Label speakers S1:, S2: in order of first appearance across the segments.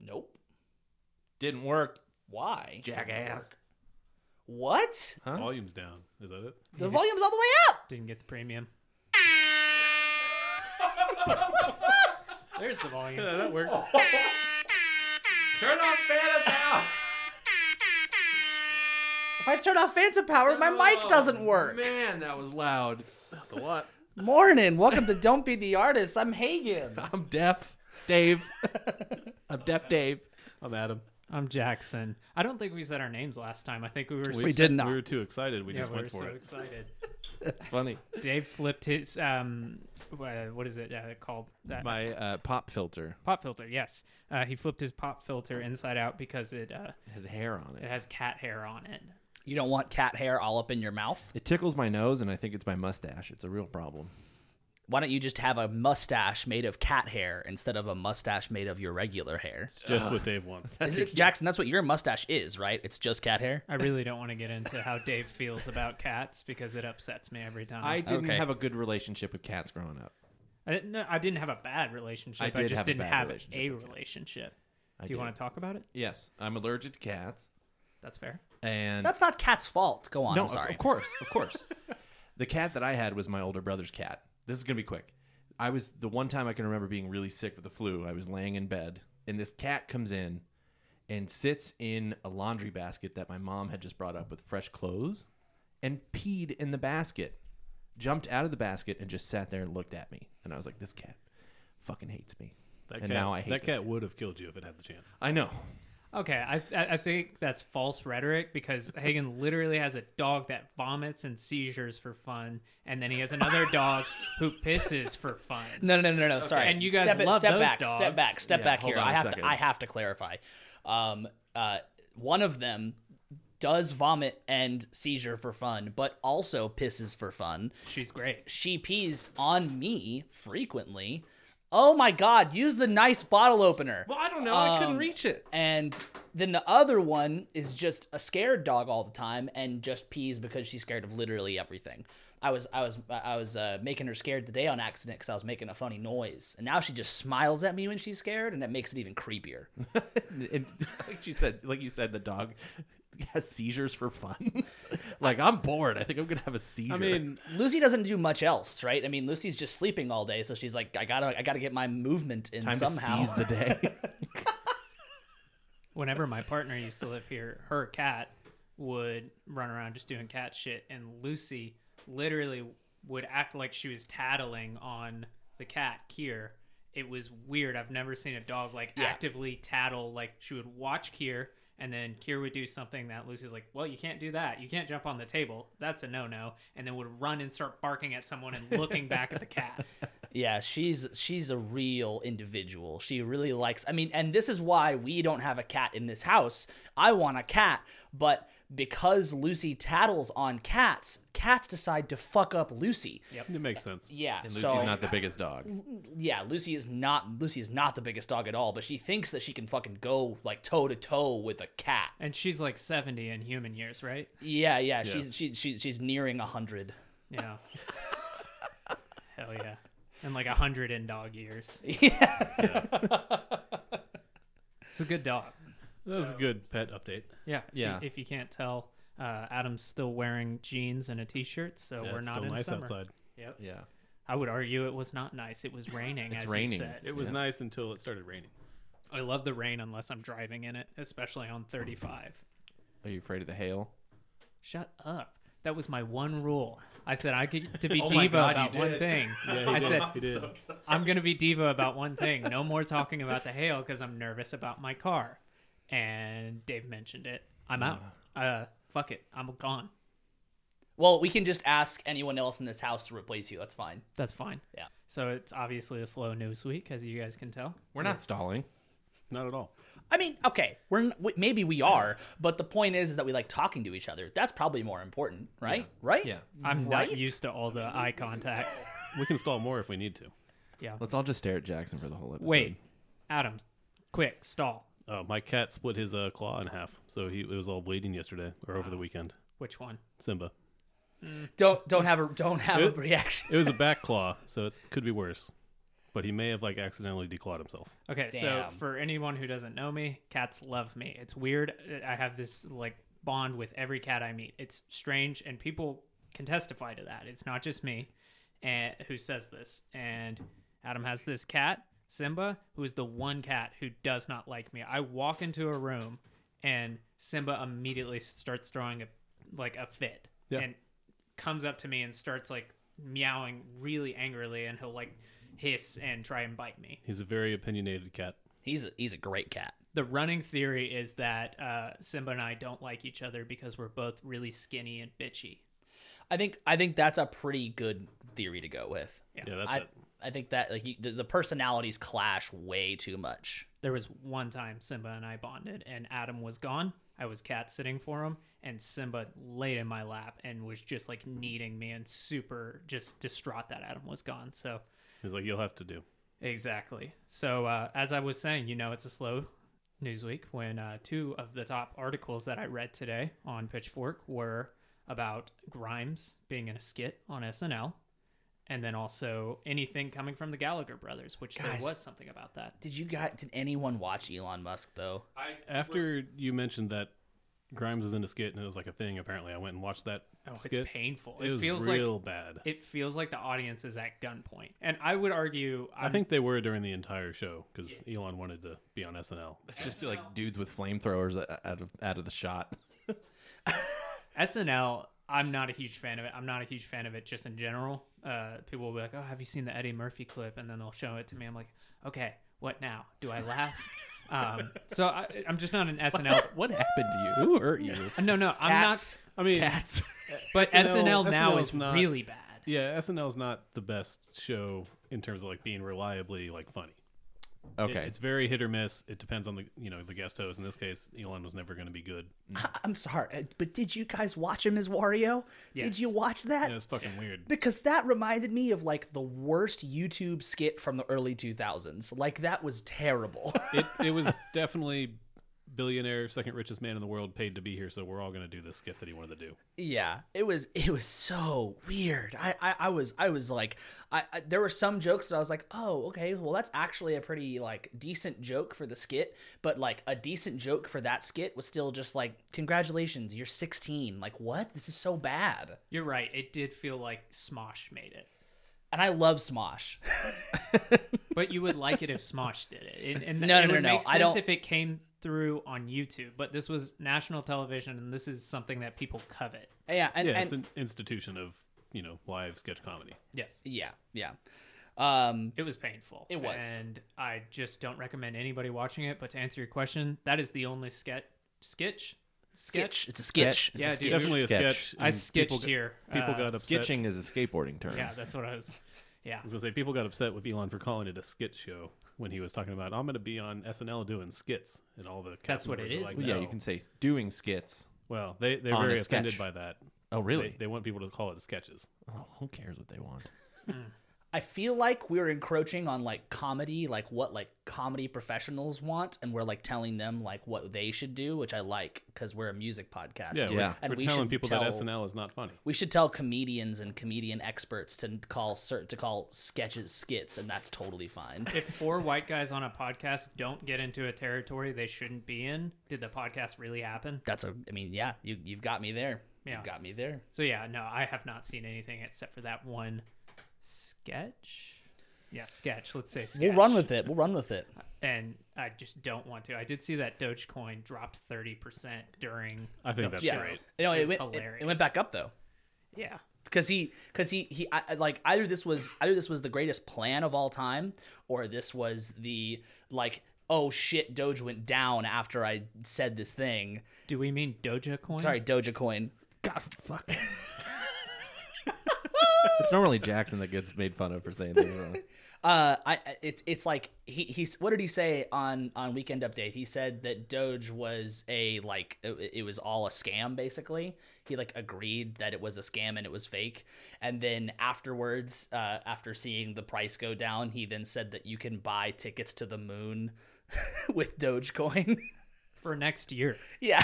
S1: Nope.
S2: Didn't work,
S1: Why?
S2: jackass.
S1: What?
S2: Huh?
S3: Volume's down. Is that it?
S1: The volume's all the way up.
S4: Didn't get the premium. There's the volume.
S3: Yeah, that worked.
S2: Turn off Phantom now.
S1: If I turn off Phantom Power, my mic
S2: Oh,
S1: doesn't work.
S2: Man, that was loud.
S3: That's a lot.
S1: Morning. Welcome to Don't Be the Artist. I'm Hagen.
S2: I'm deaf, Dave. I'm deaf, Dave.
S3: I'm Adam.
S4: I'm Jackson. I don't think we said our names last time. I think we were.
S1: We did not.
S3: We were too excited. We
S4: Yeah,
S3: just
S4: we were
S3: went for
S4: so
S3: it.
S4: excited.
S2: That's funny.
S4: Dave flipped his um, wha- what is it uh, called? That
S2: My uh, pop filter
S4: pop filter. Yes, uh, he flipped his pop filter inside out because it uh,
S2: had hair on
S4: it
S2: it.
S4: has cat hair on it.
S1: You don't want cat hair all up in your mouth?
S2: It tickles my nose, and I think it's my mustache. It's a real problem.
S1: Why don't you just have a mustache made of cat hair instead of a mustache made of your regular hair?
S2: Uh,
S3: Just what Dave wants.
S1: Is it, Jackson, that's what your mustache is, right? It's just cat hair?
S4: I really don't want to get into how Dave feels about cats because it upsets me every time.
S2: I didn't
S1: Okay.
S2: have a good relationship with cats growing up.
S4: I didn't, no, I didn't have a bad relationship.
S2: I
S4: I,
S2: did
S4: just
S2: have a
S4: didn't
S2: bad
S4: have
S2: relationship
S4: a
S2: with cats.
S4: relationship.
S2: I
S4: Do you
S2: did.
S4: want to talk about it?
S2: Yes, I'm allergic to cats,
S4: That's fair.
S2: and
S1: That's not cat's fault. Go on.
S2: no,
S1: I'm
S2: of-
S1: sorry.
S2: of course, of course. the cat that I had was my older brother's cat. This is gonna be quick. I was the one time I can remember being really sick with the flu. I was laying in bed, and this cat comes in and sits in a laundry basket that my mom had just brought up with fresh clothes, and peed in the basket. Jumped out of the basket and just sat there and looked at me, and I was like, "This cat fucking hates me."
S3: That
S2: and
S3: cat,
S2: now I hate
S3: that
S2: this
S3: cat would have killed you if it had the chance.
S2: I know.
S4: Okay, I, I I think that's false rhetoric because Hagen literally has a dog that vomits and seizures for fun, and then he has another dog who pisses for fun.
S1: No, no, no, no, no. Sorry.
S4: And you guys
S1: step, it-
S4: love
S1: step
S4: those
S1: back,
S4: dogs.
S1: Step back. Step
S2: Yeah,
S1: back
S2: hold
S1: here.
S2: on a
S1: I have to.
S2: second.
S1: I have to clarify. Um, uh, one of them does vomit and seizure for fun, but also pisses for fun.
S4: She's great.
S1: She pees on me frequently. Oh my god! Use the nice bottle opener.
S2: I don't know. I couldn't reach it.
S1: And then the other one is just a scared dog all the time and just pees because she's scared of literally everything. I was I was I was uh, making her scared today on accident because I was making a funny noise, and now she just smiles at me when she's scared, and that makes it even creepier.
S2: and like you said, like you said, the dog has seizures for fun. like I'm bored. I think I'm gonna have a seizure.
S3: I mean,
S1: Lucy doesn't do much else, right? I mean, Lucy's just sleeping all day, so she's like, I gotta I gotta get my movement in
S2: time
S1: somehow.
S2: to seize the day.
S4: Whenever my partner used to live here, her cat would run around just doing cat shit, and Lucy literally would act like she was tattling on the cat Kier. It was weird. I've never seen a dog like
S1: Yeah.
S4: actively tattle. Like she would watch Kier, and then Kier would do something that Lucy's like, "Well, you can't do that. You can't jump on the table. That's a no-no." And then would run and start barking at someone and looking back at the cat.
S1: Yeah, she's she's a real individual. She really likes I mean, and this is why we don't have a cat in this house. I want a cat, but because Lucy tattles on cats, cats decide to fuck up Lucy.
S3: it makes sense.
S1: Yeah.
S2: and Lucy's
S1: so
S2: not the biggest dog.
S1: yeah, Lucy is not Lucy is not the biggest dog at all, but she thinks that she can fucking go like toe to toe with a cat.
S4: And she's like seventy in human years, right?
S1: Yeah, yeah, she's she, she, she's nearing 100.
S4: Yeah. Hell yeah. And like a hundred in dog years.
S1: Yeah.
S4: It's a good dog.
S3: That was a good pet update.
S4: Yeah. if you-
S2: Yeah.
S4: If you, can't tell, uh, Adam's still wearing jeans and a t-shirt, so
S3: Yeah,
S4: we're
S3: it's
S4: not
S3: still
S4: in
S3: nice
S4: summer.
S3: outside.
S4: Yep.
S2: Yeah,
S4: I would argue it was not nice. It was raining.
S2: It's
S4: as You
S2: raining.
S4: said.
S3: It was
S2: Yeah.
S3: nice until it started raining.
S4: I love the rain unless I'm driving in it, especially on 35.
S2: are you afraid of the hail?
S4: Shut up. That was my one rule. I said I could to be
S2: Oh my
S4: diva
S2: God,
S4: about
S2: you
S4: one
S2: did.
S4: thing.
S3: Yeah, he
S4: I
S3: did.
S4: said
S3: he did.
S4: I'm gonna be diva about one thing. No more talking about the hail because I'm nervous about my car. And Dave mentioned it. I'm out. Uh, fuck it. I'm gone.
S1: Well, we can just ask anyone else in this house to replace you. That's fine.
S4: That's fine.
S1: Yeah.
S4: So it's obviously a slow news week, as you guys can tell.
S2: We're not stalling.
S3: Not at all.
S1: I mean, okay, we're n- w- maybe we are, but the point is, is that we like talking to each other. That's probably more important, right? Right?
S2: Yeah,
S4: I'm
S1: Right?
S4: not used to all the eye contact.
S3: We can stall more if we need to.
S4: Yeah.
S2: let's all just stare at Jackson for the whole episode.
S4: Wait, Adam, quick stall.
S3: Oh, my cat split his uh, claw in half, so he it was all bleeding yesterday or over the weekend.
S4: Which one?
S3: Simba.
S1: Don't don't have a don't have a reaction.
S3: It was a back claw, so it could be worse. but he may have like accidentally declawed himself.
S4: Okay,
S1: Damn.
S4: so for anyone who doesn't know me, cats love me. It's weird. I have this like bond with every cat I meet. It's strange, and people can testify to that. It's not just me and, who says this. And Adam has this cat, Simba, who is the one cat who does not like me. I walk into a room, and Simba immediately starts throwing a like a fit.
S3: Yeah.
S4: And comes up to me and starts like meowing really angrily and he'll like hiss and try and bite me
S3: He's a very opinionated cat.
S1: He's a, he's a great cat.
S4: the running theory is that uh, Simba and I don't like each other because we're both really skinny and bitchy.
S1: I think I think that's a pretty good theory to go with.
S4: Yeah.
S3: Yeah, that's
S1: I
S3: it.
S1: I think that like you, the, the personalities clash way too much.
S4: There was one time Simba and I bonded, and Adam was gone. I was cat sitting for him, and Simba laid in my lap and was just like needing me and super just distraught that Adam was gone. So,
S3: He's like, you'll have to do.
S4: exactly. So, uh, as I was saying, you know, it's a slow news week when uh, two of the top articles that I read today on Pitchfork were about Grimes being in a skit on SNL. and then also anything coming from the Gallagher brothers, which
S1: Guys.
S4: there was something about that.
S1: Did you guys? Did anyone watch Elon Musk though?
S3: After you mentioned that Grimes was in a skit and it was like a thing, apparently I went and watched that
S4: Oh,
S3: skit.
S4: it's painful.
S3: It,
S4: It,
S3: was
S4: feels
S3: real
S4: like
S3: bad.
S4: it feels like the audience is at gunpoint, and I would argue.
S3: I
S4: I'm,
S3: think they were during the entire show because Elon wanted to be on SNL.
S2: It's just like dudes with flamethrowers out of out of the shot.
S4: SNL. I'm not a huge fan of it. I'm not a huge fan of it just in general. Uh, people will be like, "Oh, have you seen the Eddie Murphy clip?" And then they'll show it to me. I'm like, "Okay, what now? Do I laugh?" um, so I, I'm just not an SNL.
S2: What happened to you? Who hurt you?
S4: No, no, I'm
S1: Cats.
S3: I mean,
S4: not. But SNL, now
S3: SNL
S4: is
S3: is not-
S4: really bad.
S3: yeah, SNL's not the best show in terms of like being reliably like funny. It-
S2: Okay,
S3: it's very hit or miss. It depends on the you know the guest host. In this case, Elon was never going to be good.
S1: I- I'm sorry, uh, but did you guys watch him as Wario? Did
S4: Yes.
S1: you watch that?
S3: It was fucking weird.
S1: because that reminded me of like the worst YouTube skit from the early 2000s. Like that was terrible.
S3: It it was definitely billionaire, second richest man in the world, paid to be here. So we're all going to do this skit that he wanted to do.
S1: yeah, it was it was so weird. I I, I was I was like I, I there were some jokes that I was like, "Oh, okay, well that's actually a pretty like decent joke for the skit." But like a decent joke for that skit was still just like, "Congratulations, you're 16." Like, "What? This is so bad."
S4: You're right. It did feel like Smosh made it.
S1: And I love Smosh.
S4: But you would like it if Smosh did it. And, and
S1: No,
S4: it
S1: no,
S4: would
S1: no, no.
S4: make sense
S1: I don't-
S4: if it came through on YouTube. But this was national television, and this is something that people covet.
S1: Yeah, and,
S3: Yeah,
S1: and
S3: it's an institution of you know live sketch comedy.
S4: Yes,
S1: yeah, yeah. Um
S4: it was painful.
S1: It was.
S4: and I just don't recommend anybody watching it. But to answer your question, that is the only sketch sketch
S1: sketch. It's a sketch. It's a
S4: Yeah, dude.
S1: sketch.
S3: Definitely a
S2: sketch.
S3: sketch.
S4: I
S3: and
S4: sketched
S3: people got-
S4: here.
S3: People
S4: Uh,
S3: got upset.
S2: sketching is a skateboarding term.
S4: Yeah, that's what I was. Yeah,
S3: I was gonna say people got upset with Elon for calling it a skit show when he was talking about I'm gonna be on SNL doing skits and all the cast
S4: That's what
S3: members
S4: it
S3: are
S4: is,
S3: Like,
S2: Well, yeah,
S3: "No."
S2: you can say doing skits.
S3: Well, they they're
S2: On a
S3: very
S2: sketch.
S3: offended by that.
S2: Oh, really?
S3: They, they want people to call it sketches.
S2: oh, who cares what they want?
S1: I feel like we're encroaching on like comedy, like what like comedy professionals want, and we're like telling them like what they should do, which I like because we're a music podcast.
S3: Yeah,
S2: Yeah.
S3: We're,
S1: and
S3: we're
S1: we
S3: telling
S1: should
S3: people
S1: tell,
S3: that SNL is not funny.
S1: We should tell comedians and comedian experts to call cert to call sketches skits, and that's totally fine.
S4: if four white guys on a podcast don't get into a territory they shouldn't be in, did the podcast really happen?
S1: That's a, I mean, yeah, you you've got me there.
S4: Yeah.
S1: You've got me there.
S4: So yeah, no, I have not seen anything except for that one sketch. Yeah, sketch. Let's say sketch.
S1: We'll run with it. We'll run with it.
S4: And I just don't want to. I did see that Dogecoin dropped thady percent during.
S1: Uh,
S3: I think
S4: the
S3: that's
S1: Yeah,
S3: right.
S1: no,
S4: It
S1: it,
S4: was
S1: went, it, it
S4: hilarious.
S1: went back up though.
S4: Yeah,
S1: because he because he he I, I- like either this was either this was the greatest plan of all time or this was the like oh shit doge went down after i said this thing
S4: do we mean Doja Coin?
S1: sorry doja coin
S2: God, fuck. it's normally Jackson that gets made fun of for saying something wrong.
S1: uh i I- it's it's like he he's what did he say on on weekend update he said that doge was a like it, it was all a scam basically he like agreed that it was a scam and it was fake and then afterwards uh after seeing the price go down he then said that you can buy tickets to the moon with dogecoin
S4: for next year.
S1: yeah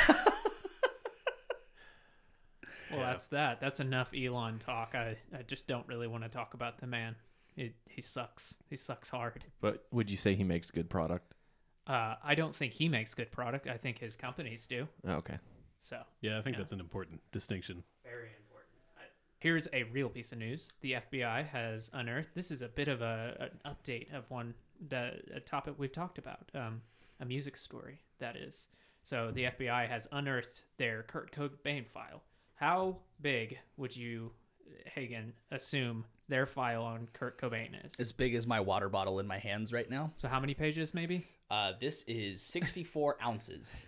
S4: Well, that's that. That's enough Elon talk. I I just don't really want to talk about the man. It, he sucks. He sucks hard.
S2: But would you say he makes good product?
S4: Uh, I don't think he makes good product. I think his companies do.
S2: Oh, okay.
S4: So
S3: Yeah, I think
S4: Yeah.
S3: that's an important distinction.
S4: Very important. Here's a real piece of news. The FBI has unearthed. This is a bit of a an update of one the a topic we've talked about, um, a music story that is. So the FBI has unearthed their Kurt Cobain file. How big would you, Hagen, assume their file on Kurt Cobain is?
S1: As big as my water bottle in my hands right now.
S4: so how many pages, maybe?
S1: Uh, this is 64 ounces.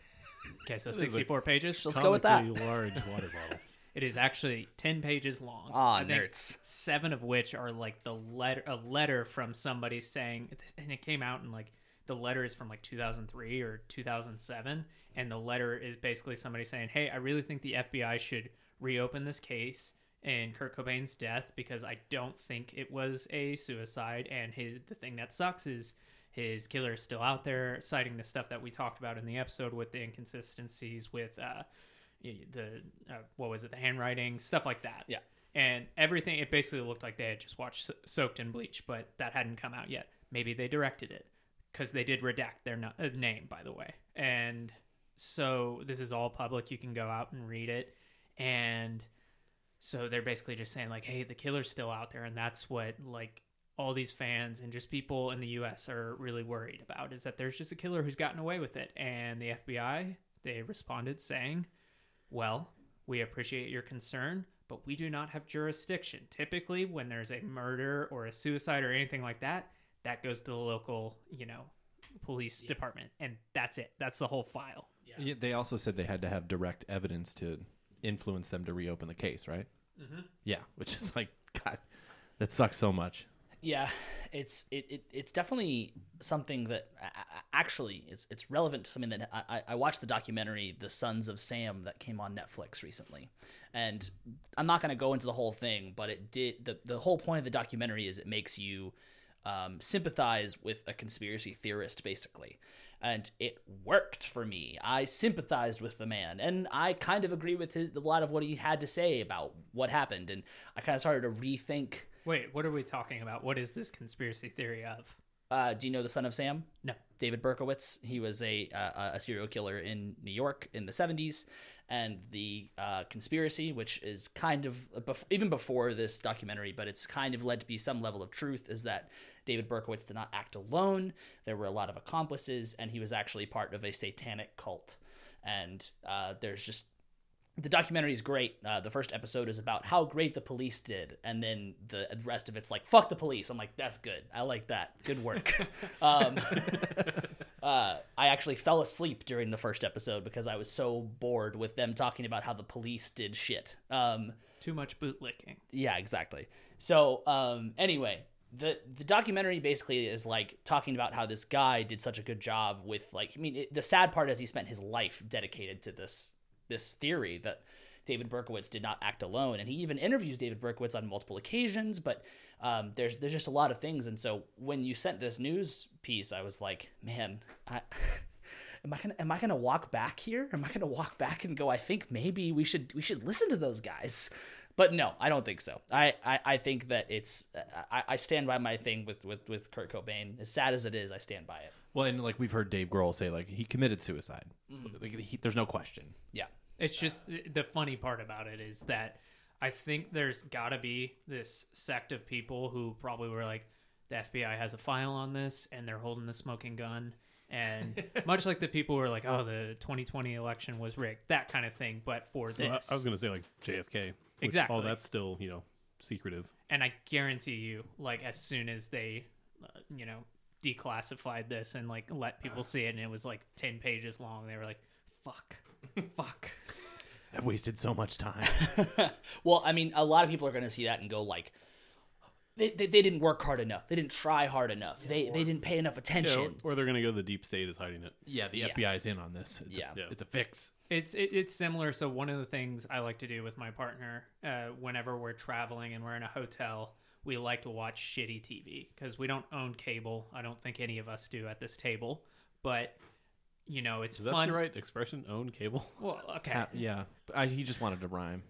S4: Okay, so
S3: is a-
S4: sixty-four pages.
S1: Let's go with that.
S3: Comically large water bottle.
S4: It is actually ten pages long.
S1: Ah,
S4: I think
S1: nerds.
S4: Seven of which are like the letter, a letter from somebody saying, and it came out in like the letter is from like 2003 or 2007, and the letter is basically somebody saying, "Hey, I really think the FBI should reopen this case and Kurt Cobain's death because I don't think it was a suicide, and his the thing that sucks is." His killer is still out there, citing the stuff that we talked about in the episode with the inconsistencies with uh, y- the uh, what was it the handwriting stuff like that
S1: Yeah.
S4: and everything it basically looked like they had just watched So- soaked in bleach but that hadn't come out yet maybe they directed it because they did redact their no- uh, name by the way and so this is all public you can go out and read it and so they're basically just saying like hey the killer's still out there and that's what like all these fans and just people in the US are really worried about is that there's just a killer who's gotten away with it and the FBI they responded saying well, we appreciate your concern, but we do not have jurisdiction. Typically, when there's a murder or a suicide or anything like that, that goes to the local, you know, police department, and that's it. That's the whole file.
S2: Yeah, they also said they had to have direct evidence to influence them to reopen the case, right? Yeah, which is like, God, that sucks so much.
S1: Yeah, it's it, it it's definitely something that a- a- actually it's it's relevant to something that I, I- I watched the documentary The Sons of Sam that came on Netflix recently, and I'm not going to go into the whole thing, but it did the the whole point of the documentary is it makes you um, sympathize with a conspiracy theorist basically, and it worked for me. I sympathized with the man, and I kind of agree with his a lot of what he had to say about what happened, and I kind of started to rethink.
S4: Wait, what are we talking about? What is this conspiracy theory of?
S1: Uh, do you know the son of Sam?
S4: No.
S1: David Berkowitz. He was a uh, a serial killer in New York in the 70s, and the uh, conspiracy, which is kind of uh, bef- even before this documentary, but it's kind of led to be some level of truth, is that David Berkowitz did not act alone. There were a lot of accomplices, and he was actually part of a satanic cult. And uh, there's just the documentary is great. Uh, the first episode is about how great the police did, and then the rest of it's like "fuck the police." I'm like, that's good. I like that. Good work. um, uh, I actually fell asleep during the first episode because I was so bored with them talking about how the police did shit. Um,
S4: Too much bootlicking.
S1: yeah, exactly. So, um, anyway, the the documentary basically is like talking about how this guy did such a good job with like. I mean, it, the sad part is he spent his life dedicated to this this theory that David Berkowitz did not act alone, and he even interviews David Berkowitz on multiple occasions. But um, there's there's just a lot of things, and so when you sent this news piece, I was like, man, I. am I gonna am I gonna walk back here? Am I gonna walk back and go? I think maybe we should we should listen to those guys, but no, I don't think so. I I, I think that it's I, I stand by my thing with with with Kurt Cobain. As sad as it is, I stand by it.
S2: Well, and like we've heard Dave Grohl say, like he committed suicide. Like, he, there's no question.
S1: Yeah,
S4: It's just the funny part about it is that I think there's got to be this sect of people who probably were like, the FBI has a file on this and they're holding the smoking gun. And much like the people who are like, oh, the 2020 election was rigged, that kind of thing, but for this.
S3: Well, I, I was going to say like JFK. which
S4: Exactly.
S3: All that's still you know secretive.
S4: and I guarantee you, like, as soon as they, uh, you know, declassified this and like let people see it and it was like 10 pages long, they were like, fuck, fuck.
S2: I wasted so much time.
S1: well, I mean, a lot of people are gonna see that and go like. They, they, they didn't work hard enough. They didn't try hard enough. they they didn't pay enough
S3: Yeah,
S1: attention.
S3: or, or they're going to go the deep state is hiding it.
S2: yeah, the FBI is in on this. It's
S1: Yeah.
S2: a, it's a fix.
S4: It's it, it's similar. So one of the things I like to do with my partner, uh, whenever we're traveling and we're in a hotel, we like to watch shitty TV because we don't own cable. I don't think any of us do at this table, but you know it's
S3: Is that
S4: fun.
S3: the right expression? Own cable.
S4: Well, okay,
S2: Uh, yeah, But I, he just wanted to rhyme.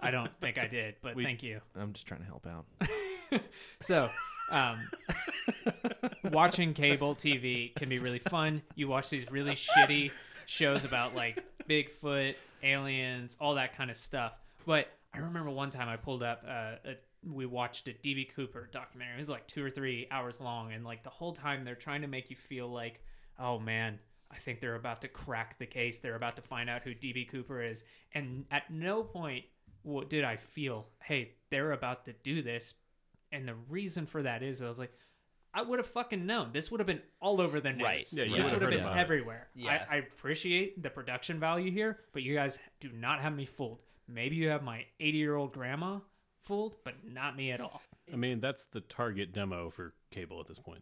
S4: I don't think I did, but thank you.
S2: I'm just trying to help out.
S4: so, um, watching cable TV can be really fun. You watch these really shitty shows about like Bigfoot, aliens, all that kind of stuff. But I remember one time I pulled up, uh, a, we watched a DB Cooper documentary. It was like two or three hours long. And like the whole time they're trying to make you feel like, oh man, I think they're about to crack the case. They're about to find out who DB Cooper is. And at no point w- did I feel, hey, they're about to do this. And the reason for that is I was like, I would have fucking known. This would have been all over the news.
S1: Right.
S3: Yeah, you
S4: this
S3: would've
S4: would have
S3: heard
S4: been
S3: about it.
S4: everywhere.
S1: Yeah.
S4: I, I appreciate the production value here, but you guys do not have me fooled. Maybe you have my 80 year old grandma fooled, but not me at all.
S3: I mean, that's the target demo for cable at this point.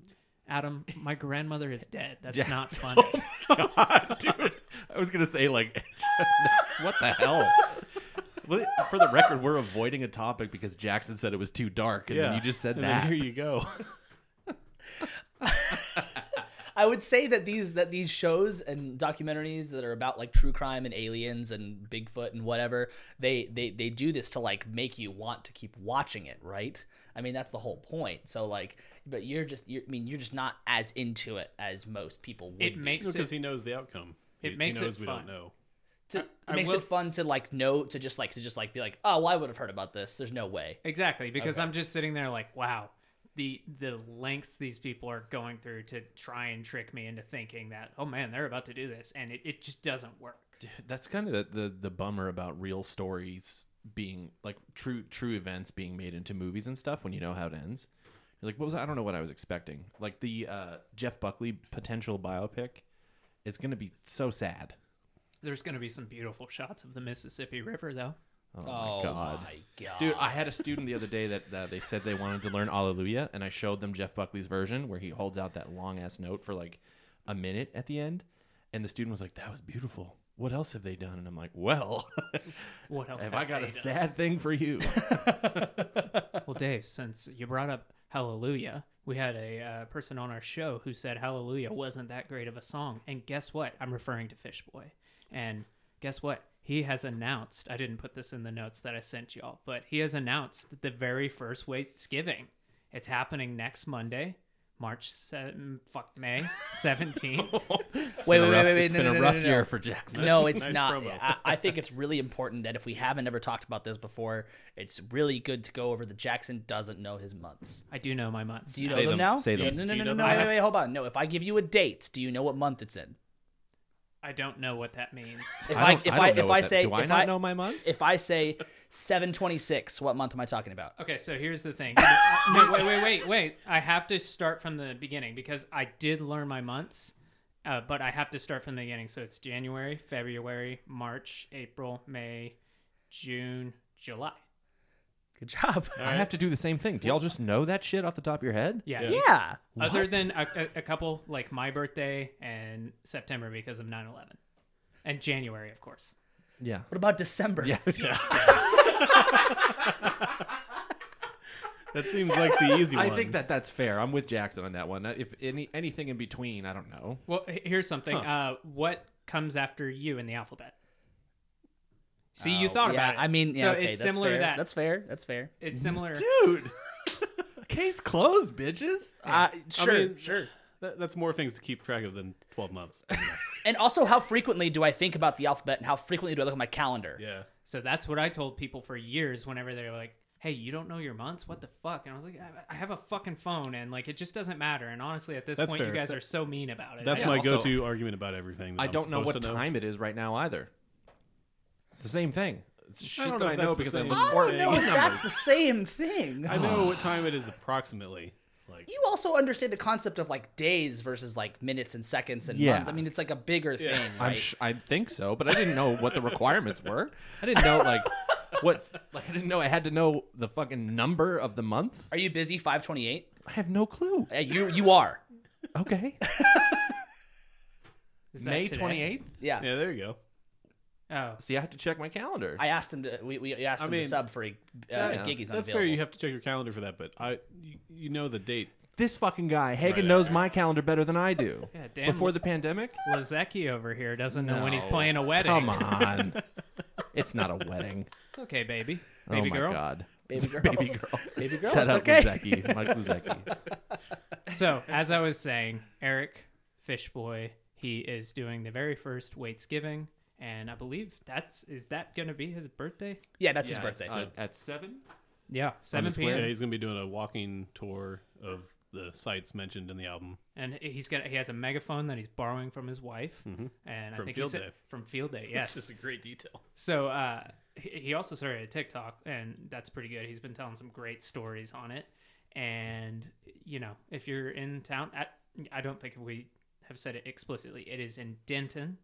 S4: Adam, my grandmother is dead. That's
S2: Yeah.
S4: not funny.
S2: God, dude. I was gonna say like, what the hell? Well, For the record, we're avoiding a topic because Jackson said it was too dark, and then you just said
S3: And then
S2: that.
S3: here you go.
S1: I would say that these that these shows and documentaries that are about like true crime and aliens and Bigfoot and whatever, they they they do this to like make you want to keep watching it, right? I mean, that's the whole point. So like, but you're just you're, I mean, you're just not as into it as most people would.
S4: It
S1: be.
S4: makes
S3: because
S4: it.
S3: he knows the outcome.
S4: It
S3: he,
S4: makes
S3: he knows
S4: it
S3: we
S4: fun.
S3: don't know.
S1: to, it
S4: I
S1: makes
S4: will-
S1: it fun to like know to just like to just like be like, "Oh, well, I would have heard about this. There's no way."
S4: Exactly, because I'm just sitting there like, wow, the the lengths these people are going through to try and trick me into thinking that, oh man, they're about to do this, and it, it just doesn't work.
S2: That's kind of the, the the bummer about real stories being like true true events being made into movies and stuff when you know how it ends. You're like, what was I don't know what I was expecting. Like the uh, Jeff Buckley potential biopic is gonna be so sad.
S4: There's going to be some beautiful shots of the Mississippi River, though.
S2: Oh,
S1: Oh
S2: my god.
S1: my god.
S2: Dude, I had a student the other day that, that they said they wanted to learn Alleluia, and I showed them Jeff Buckley's version where he holds out that long ass note for like a minute at the end. And the student was like, That was beautiful. What else have they done? And I'm like, Well,
S4: What else?
S2: have
S4: have
S2: I got
S4: they
S2: a
S4: done?
S2: sad thing for you?
S4: Well, Dave, since you brought up Hallelujah, we had a uh, person on our show who said Hallelujah wasn't that great of a song. And guess what? I'm referring to Fishboy. And guess what? He has announced, I didn't put this in the notes that I sent y'all, but he has announced the very first Waits Giving. It's happening next Monday, March 7, fuck May 17th.
S1: wait,
S2: Been
S1: wait,
S2: a
S1: wait,
S2: rough-
S1: wait, wait.
S2: It's
S1: no,
S2: been
S1: no,
S2: a
S1: no,
S2: rough
S1: no, no.
S2: year for Jackson.
S1: No, it's
S3: Nice
S1: not.
S3: promo.
S1: I, I think it's really important that if we haven't ever talked about this before, it's really good to go over the Jackson doesn't know his months.
S4: I do know my months.
S1: Do you know
S2: Say
S1: them,
S2: them.
S1: now?
S2: Say
S1: No,
S2: them.
S1: No, no,
S3: Do
S1: no,
S3: you
S1: no,
S3: know
S1: no.
S3: them?
S1: Wait, wait, wait, hold on. No, if I give you a date, do you know what month it's in?
S4: I don't know what that means.
S1: If
S2: I, don't-
S1: if
S2: I,
S1: I,
S2: don't know
S1: if
S2: what
S1: I
S2: that-
S1: say,
S2: Do I
S1: if
S2: not
S1: I
S2: know my month?
S1: if I say seven twenty six, what month am I talking about?
S4: Okay, so here's the thing. No, wait, wait, wait, wait. I have to start from the beginning because I did learn my months, uh, but I have to start from the beginning. So it's January, February, March, April, May, June, July.
S1: Good job.
S2: I have to do the same thing. Do y'all just know that shit off the top of your head?
S4: Yeah.
S1: Yeah.
S4: Other
S2: What?
S4: than a, a, a couple, like my birthday and September because of 9 11. And January, of course.
S2: Yeah.
S1: What about December?
S2: Yeah.
S3: That seems like the easy one.
S2: I think that that's fair. I'm with Jackson on that one. If any anything in between, I don't know.
S4: Well, h- here's something. Uh, what comes after you in the alphabet? See, you thought
S1: Oh, Yeah,
S4: about it.
S1: I mean, yeah,
S4: so
S1: okay,
S4: it's
S1: that's
S4: similar
S1: fair.
S4: to that.
S1: That's fair. That's fair.
S4: it's similar.
S2: dude. Case closed, bitches.
S1: Uh, sure,
S3: mean-
S1: sure.
S3: That- that's more things to keep track of than 12 months.
S1: And also, how frequently do I think about the alphabet, and how frequently do I look at my calendar?
S3: yeah.
S4: So that's what I told people for years whenever they were like, hey, you don't know your months? What the fuck? And I was like, I- I have a fucking phone and like it just doesn't matter. And honestly, at this
S3: That's
S4: point, you
S3: fair.
S4: guys are so mean about it.
S3: That's
S4: I-
S3: my
S2: also-
S3: go-to argument about everything. That
S2: I
S3: I'm
S2: don't know
S3: supposed
S2: what
S3: to
S2: time it is right now either. It's the same thing. It's shit
S3: don't
S2: that
S3: know
S2: I
S3: if
S2: know
S3: that's the
S2: because I
S3: same
S2: look
S1: I don't
S3: thing.
S1: know if
S3: Numbers.
S1: Oh, that's the same thing.
S3: I know what time it is approximately. Like
S1: You also understand the concept of like days versus like minutes and seconds and
S2: Yeah.
S1: months. I mean, it's like a bigger thing, right?
S2: I'm sh- I think so, but I didn't know what the requirements were. I didn't know like what's like I didn't know I had to know the fucking number of the month.
S1: Are you busy? Five twenty-eight.
S2: I have no clue.
S1: Yeah, you you are.
S2: Okay.
S4: is that
S2: May
S4: today?
S2: 28th.
S1: Yeah.
S3: yeah, there you go.
S4: Oh,
S2: See, I have to check my calendar.
S1: I asked him to. We, we asked
S3: I
S1: him
S3: mean,
S1: to sub for a uh,
S2: yeah.
S1: gig he's
S3: That's
S1: unavailable.
S3: fair. You have to check your calendar for that, but I, you, you know the date.
S2: this fucking guy, Hagen knows my calendar better than I do.
S4: Yeah, damn.
S2: Before the pandemic?
S4: Lazeki over here doesn't know when he's
S2: No.
S4: playing a wedding.
S2: Come on. it's not a wedding.
S4: It's okay, baby.
S2: oh
S4: Baby
S2: my
S4: girl.
S2: god.
S1: baby girl,
S2: baby girl.
S1: baby girl.
S2: Shout
S1: it's
S2: out
S1: okay.
S2: Luzecki, Mike Luzecki.
S4: So, as I was saying, Eric Fishboy, he is doing the very first Waits Giving, and I believe that's is that going to be his birthday?
S1: Yeah, that's
S2: Yeah,
S1: his birthday.
S2: uh, at seven.
S4: Yeah, seven
S2: square.
S3: Yeah,
S4: p.m.
S3: he's gonna be doing a walking tour of the sites mentioned in the album.
S4: And he's got he has a megaphone that he's borrowing from his wife, and I
S3: Mm-hmm. From
S4: think
S3: Field
S4: he said,
S3: Day.
S4: From Field Day, yes.
S3: This is a great detail.
S4: So uh, he he also started a TikTok, and that's pretty good. He's been telling some great stories on it. And you know, if you're in town, I, I don't think we have said it explicitly. It is in Denton,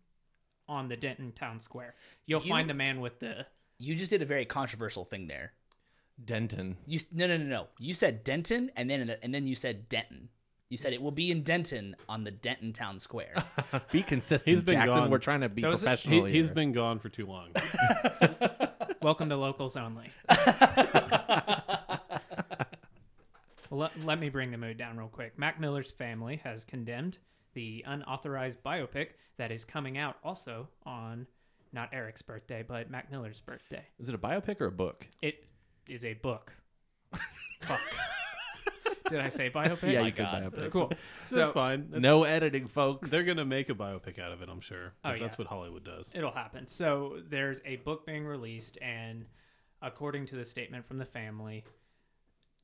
S4: on the Denton Town Square. You'll
S1: You-
S4: find the man with the
S1: you just did a very controversial thing there.
S2: Denton.
S1: You s- no no no no. You said Denton, and then and then you said Denton. You said it will be in Denton on the Denton Town Square.
S2: Be consistent,
S3: He's been
S2: Jackson.
S3: gone.
S2: We're trying to be
S4: Those-
S2: professional.
S3: He, he's
S2: here.
S3: been gone for too long.
S4: welcome to locals only. well, let, let me bring the mood down real quick. Mac Miller's family has condemned the unauthorized biopic that is coming out also on not Eric's birthday, but Mac Miller's birthday.
S2: Is it a biopic or a book?
S4: It is a book. Fuck. Did I say biopic?
S2: yeah,
S1: my
S2: you said
S1: God.
S2: biopic.
S4: Oh cool.
S3: That's
S4: So
S3: fine. That's-
S2: No editing, folks.
S3: They're gonna make a biopic out of it, I'm sure. 'cause
S4: Oh,
S3: that's
S4: yeah.
S3: what Hollywood does.
S4: it'll happen. So there's a book being released, and according to the statement from the family,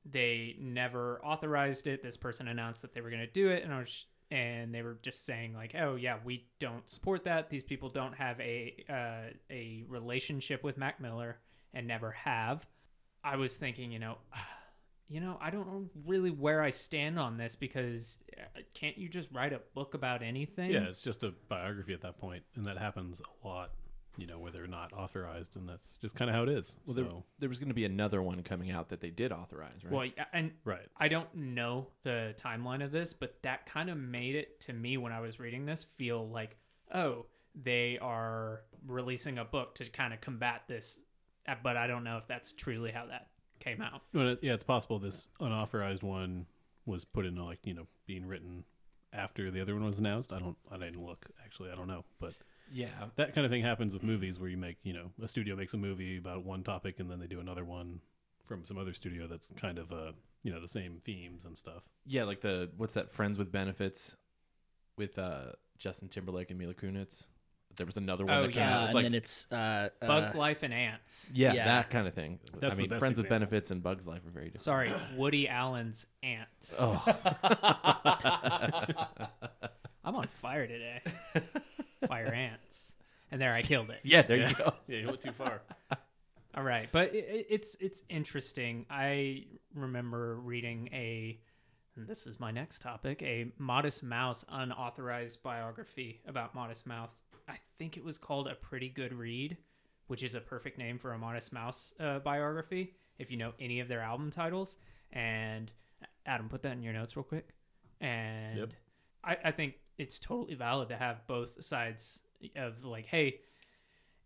S4: they never authorized it. This person announced that they were going to do it, and I was, and they were just saying like, "Oh yeah, we don't support that. These people don't have a uh, a relationship with Mac Miller, and never have." I was thinking, you know, you know, I don't know really where I stand on this because uh, can't you just write a book about anything?
S3: Yeah, it's just a biography at that point, and that happens a lot. You know, where they're not authorized, and that's just kind of how it is.
S2: Well, there,
S3: so,
S2: there was going to be another one coming out that they did authorize, right?
S4: Well, yeah, and
S3: right.
S4: I don't know the timeline of this, but that kind of made it to me when I was reading this feel like, oh, they are releasing a book to kind of combat this. Uh, But I don't know if that's truly how that came out.
S3: Well, it- yeah, it's possible this unauthorized one was put into like you know being written after the other one was announced. I don't. I didn't look actually. I don't know, but
S2: yeah.
S3: that kind of thing happens with movies where you make you know a studio makes a movie about one topic and then they do another one from some other studio that's kind of uh you know the same themes and stuff.
S2: Yeah, like the, what's that, Friends with Benefits with uh, Justin Timberlake and Mila Kunis? There was another one
S4: Oh,
S2: that came
S1: yeah,
S2: out. It's
S1: and
S2: like,
S1: then it's uh, uh,
S4: Bugs Life and Ants.
S2: yeah,
S1: Yeah.
S2: that kind of thing.
S3: That's
S2: I
S3: the
S2: mean,
S3: best
S2: Friends with
S3: example.
S2: Benefits and Bugs Life are very different.
S4: Sorry, Woody Allen's Ants.
S2: Oh,
S4: I'm on fire today. Fire ants. And there I killed it.
S2: yeah, there you go.
S3: Yeah, you went too far.
S4: All right, but it, it- it's it's interesting. I remember reading a, and this is my next topic, a Modest Mouse unauthorized biography about Modest Mouse. I think it was called A Pretty Good Read, which is a perfect name for a Modest Mouse uh, biography. If you know any of their album titles, and Adam, put that in your notes real quick. And
S3: Yep.
S4: I, I think it's totally valid to have both sides of like, hey,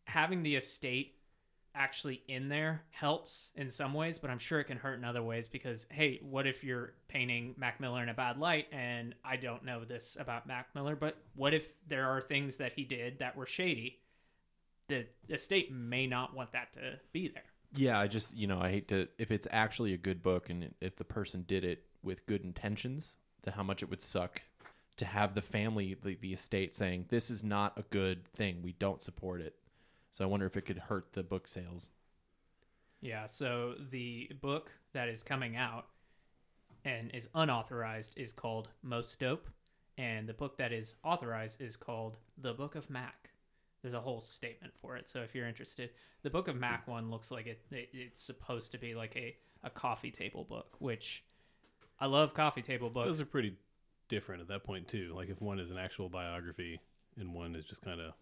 S4: having the estate actually in there helps in some ways, but I'm sure it can hurt in other ways because hey, what if you're painting Mac Miller in a bad light and I don't know this about Mac Miller, but what if there are things that he did that were shady? The estate may not want that to be there.
S2: Yeah, I just you know I hate to if it's actually a good book and if the person did it with good intentions, to how much it would suck to have the family the, the estate saying this is not a good thing, we don't support it. So I wonder if it could hurt the book sales.
S4: Yeah, so the book that is coming out and is unauthorized is called Most Dope, and the book that is authorized is called The Book of Mac. There's a whole statement for it, so if you're interested, the Book of Mac one looks like it, it it's supposed to be like a, a coffee table book, which I love coffee table books.
S3: Those are pretty different at that point too. Like if one is an actual biography and one is just kind of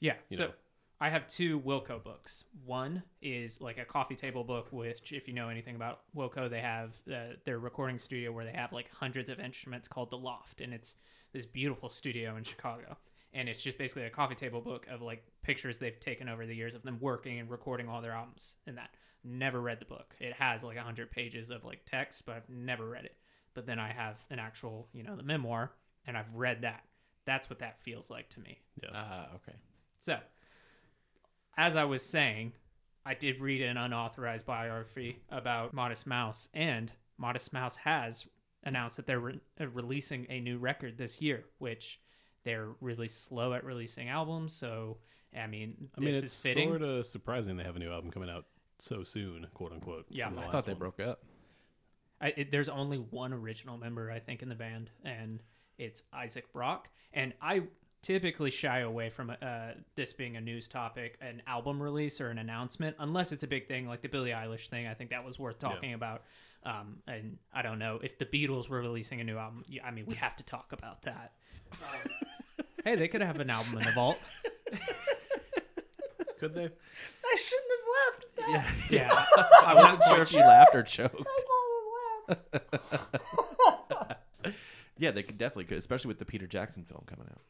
S4: Yeah.
S3: you
S4: so
S3: know.
S4: I have two Wilco books. One is like a coffee table book, which, if you know anything about Wilco, they have uh, their recording studio where they have like hundreds of instruments called The Loft. And it's this beautiful studio in Chicago. And it's just basically a coffee table book of like pictures they've taken over the years of them working and recording all their albums and that. Never read the book. It has like 100 pages of like text, but I've never read it. But then I have an actual, you know, the memoir, and I've read that. That's what that feels like to me.
S3: yeah.
S2: Ah, okay.
S4: So, as I was saying, I did read an unauthorized biography about Modest Mouse, and Modest Mouse has announced that they're re- uh, releasing a new record this year, which they're really slow at releasing albums. So, I mean,
S3: I mean,
S4: this
S3: it's
S4: is fitting.
S3: sort of surprising they have a new album coming out so soon, quote unquote.
S4: Yeah.
S3: from the
S4: I
S2: I
S3: last
S2: thought they
S3: one.
S2: broke up.
S4: I, it, there's only one original member, I think, in the band, and it's Isaac Brock. And I typically shy away from uh, this being a news topic, an album release or an announcement, unless it's a big thing like the Billie Eilish thing. I think that was worth talking about. Um, and I don't know if the Beatles were releasing a new album. y- I mean, we have to talk about that. Um, hey, they could have an album in the vault.
S3: Could they?
S1: I shouldn't have left.
S2: Yeah,
S4: Yeah,
S2: I wasn't sure if you laughed or choked. Yeah, they could definitely could, especially with the Peter Jackson film coming out.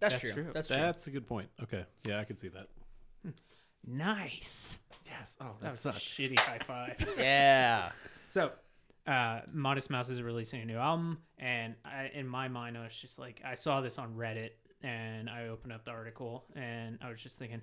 S1: That's,
S4: That's
S1: true.
S4: true.
S1: That's true.
S3: That's a good point. Okay. Yeah, I could see that.
S4: nice.
S2: Yes. Oh,
S4: That was a shitty high five.
S1: Yeah.
S4: So, uh, Modest Mouse is releasing a new album, and I, in my mind, I was just like, I saw this on Reddit, and I opened up the article, and I was just thinking,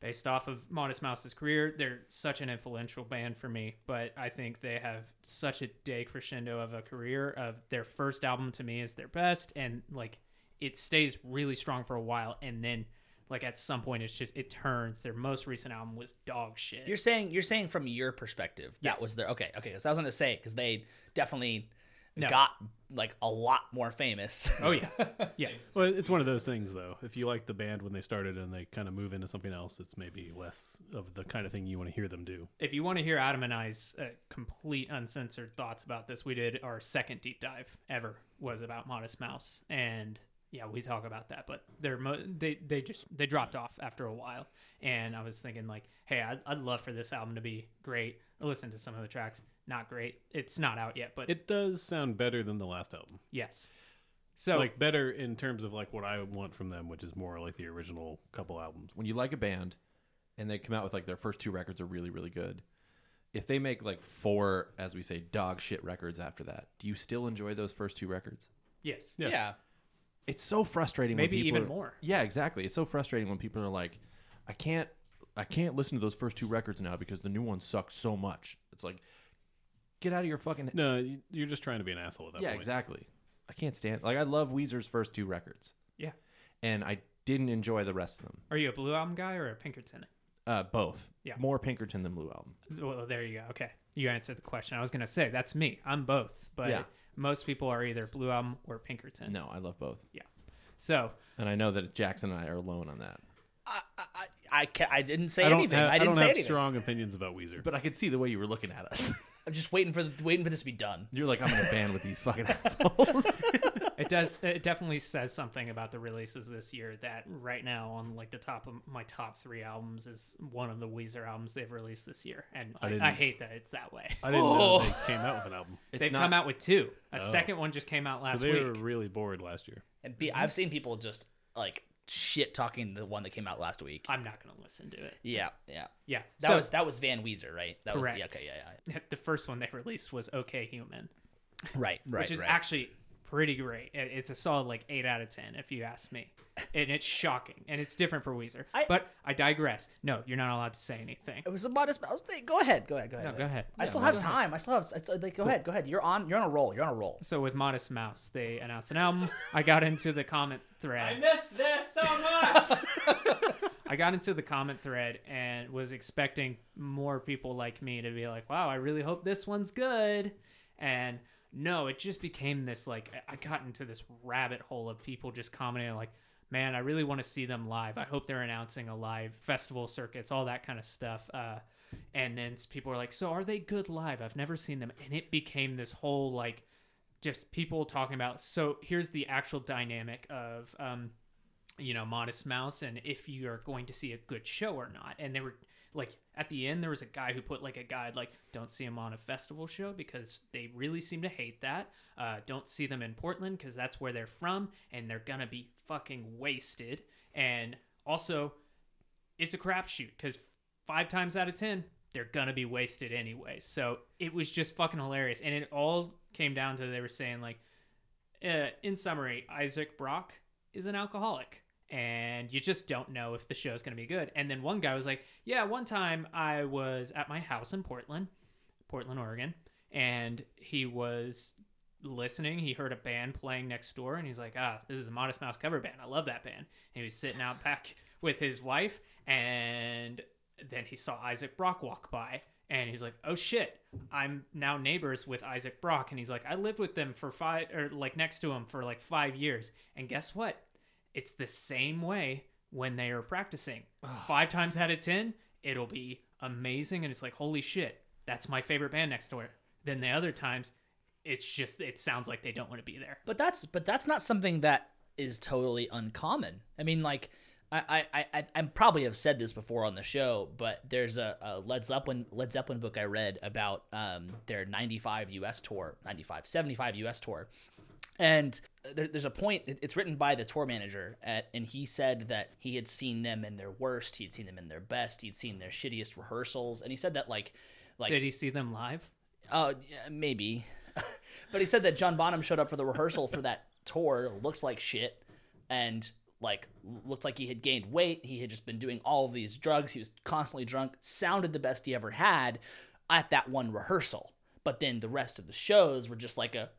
S4: based off of Modest Mouse's career, they're such an influential band for me. But I think they have such a day crescendo of a career. Of their first album to me is their best, and like it stays really strong for a while, and then like at some point it's just it turns. Their most recent album was dog shit.
S1: You're saying you're saying from your perspective that
S4: Yes.
S1: was their okay okay. Because I was gonna say because they definitely
S4: No.
S1: got like a lot more famous.
S4: oh yeah, yeah.
S3: Well, it's one of those things, though. If you like the band when they started and they kind of move into something else, it's maybe less of the kind of thing you want to hear them do.
S4: if you want to hear Adam and I's uh, complete uncensored thoughts about this, we did our second deep dive ever was about Modest Mouse, and yeah, we talk about that. But they're mo- they they just they dropped off after a while, and I was thinking like, hey, I'd, I'd love for this album to be great. I listened to some of the tracks, not great. It's not out yet, but
S3: It does sound better than the last album.
S4: yes. So
S3: Like better in terms of like what I want from them, which is more like the original couple albums.
S2: When you like a band, and they come out with like their first two records are really really good. If they make like four, as we say, dog shit records after that, do you still enjoy those first two records?
S4: yes,
S3: Yeah.
S1: yeah.
S2: It's so frustrating.
S4: Maybe
S2: when people
S4: even
S2: are-
S4: more.
S2: Yeah, exactly. It's so frustrating when people are like, "I can't, I can't listen to those first two records now because the new ones suck so much." It's like, get out of your fucking
S3: No, you- you're just trying to be an asshole at that
S2: yeah,
S3: point.
S2: exactly. I can't stand like I love Weezer's first two records,
S4: yeah.
S2: and I didn't enjoy the rest of them.
S4: Are you a Blue Album guy or a Pinkerton?
S2: Uh, both.
S4: Yeah.
S2: More Pinkerton than Blue Album.
S4: Well, there you go. Okay, you answered the question. I was gonna say that's me. I'm both, but
S2: Yeah.
S4: most people are either Blue Album or Pinkerton.
S2: No, I love both,
S4: Yeah. So
S2: and I know that Jackson and I are alone on that.
S1: I I I, ca- I didn't say
S3: I don't
S1: anything.
S3: have,
S1: I didn't
S3: don't
S1: say
S3: have
S1: anything.
S3: strong opinions about Weezer.
S2: But I could see the way you were looking at us.
S1: I'm just waiting for the, waiting for this to be done.
S2: You're like, I'm in a band with these fucking assholes.
S4: it does. It definitely says something about the releases this year that right now on like the top of my top three albums is one of the Weezer albums they've released this year, and
S3: I
S4: I, I,
S3: didn't-
S4: hate that it's that way.
S3: I didn't know
S1: Oh.
S3: they came out with an album.
S2: It's
S4: They've
S2: not-
S4: come out with two. A second one just came out
S3: So
S4: last
S3: they
S4: week.
S3: were really bored last year.
S1: And
S4: Mm-hmm.
S1: be, I've seen people just like shit talking the one that came out last week.
S4: I'm not gonna listen to it.
S1: Yeah, yeah.
S4: Yeah,
S1: That
S4: so-
S1: was that was Van Weezer, right? That was yeah,
S4: Correct.
S1: okay, yeah, yeah.
S4: the first one they released was Okay Human.
S1: yeah. Right, right,
S4: which is
S1: right.
S4: actually pretty great. It- It's a solid like eight out of ten, if you ask me. And it's shocking, and it's different for Weezer.
S1: I-
S4: but I digress. No, you're not allowed to say anything.
S1: It was a modest mouse thing. Go ahead. Go ahead. Go ahead.
S4: go ahead.
S1: I still have time. I still have. It's like, go ahead. Go ahead. You're on. You're on a roll. You're on a roll.
S4: So with Modest Mouse, they announced an album. I got into the comment thread. I missed this so much. I got into the comment thread and was expecting more people like me to be like, "Wow, I really hope this one's good." And no, it just became this like I I got into this rabbit hole of people just commenting like, "Man, I really want to see them live. I hope they're announcing a live festival circuits, all that kind of stuff." Uh, and then s- people are like, "So are they good live? I've never seen them." And it became this whole like just people talking about so here's the actual dynamic of um you know modest mouse and if you are going to see a good show or not and they were like at the end there was a guy who put like a guide like don't see them on a festival show because they really seem to hate that uh, don't see them in portland because that's where they're from and they're gonna be fucking wasted and also it's a crapshoot because five times out of ten they're gonna be wasted anyway. So it was just fucking hilarious, and it all came down to they were saying like, uh, in summary, Isaac Brock is an alcoholic, and you just don't know if the show's going to be good. And then one guy was like, "Yeah, one time I was at my house in Portland, Portland, Oregon, and he was listening. He heard a band playing next door, and he's like, "Ah, this is a Modest Mouse cover band. I love that band." And he was sitting out back with his wife, and then he saw Isaac Brock walk by, and he was like, "Oh shit, I'm now neighbors with Isaac Brock." And he's like, "I lived with them for five, or like next to him for like five years, and guess what? It's the same way when they are practicing. Five times out of ten, it'll be amazing, and it's like, holy shit, that's my favorite band next door." Then the other times, it's just it sounds like they don't want to be there.
S1: But that's but that's not something that is totally uncommon. I mean, like I I I, I probably have said this before on the show, but there's a, a Led Zeppelin Led Zeppelin book I read about um, their '95 U.S. tour, '95 '75 U.S. tour, and there, there's a point. it- It's written by the tour manager, at, and he said that he had seen them in their worst, he'd seen them in their best, he'd seen their shittiest rehearsals, and he said that like like
S4: Did he see them live?
S1: uh, yeah, maybe. but he said that John Bonham showed up for the rehearsal for that tour, looked like shit, and like l- looked like he had gained weight. He had just been doing all of these drugs. He was constantly drunk. Sounded the best he ever had at that one rehearsal. But then the rest of the shows were just like a.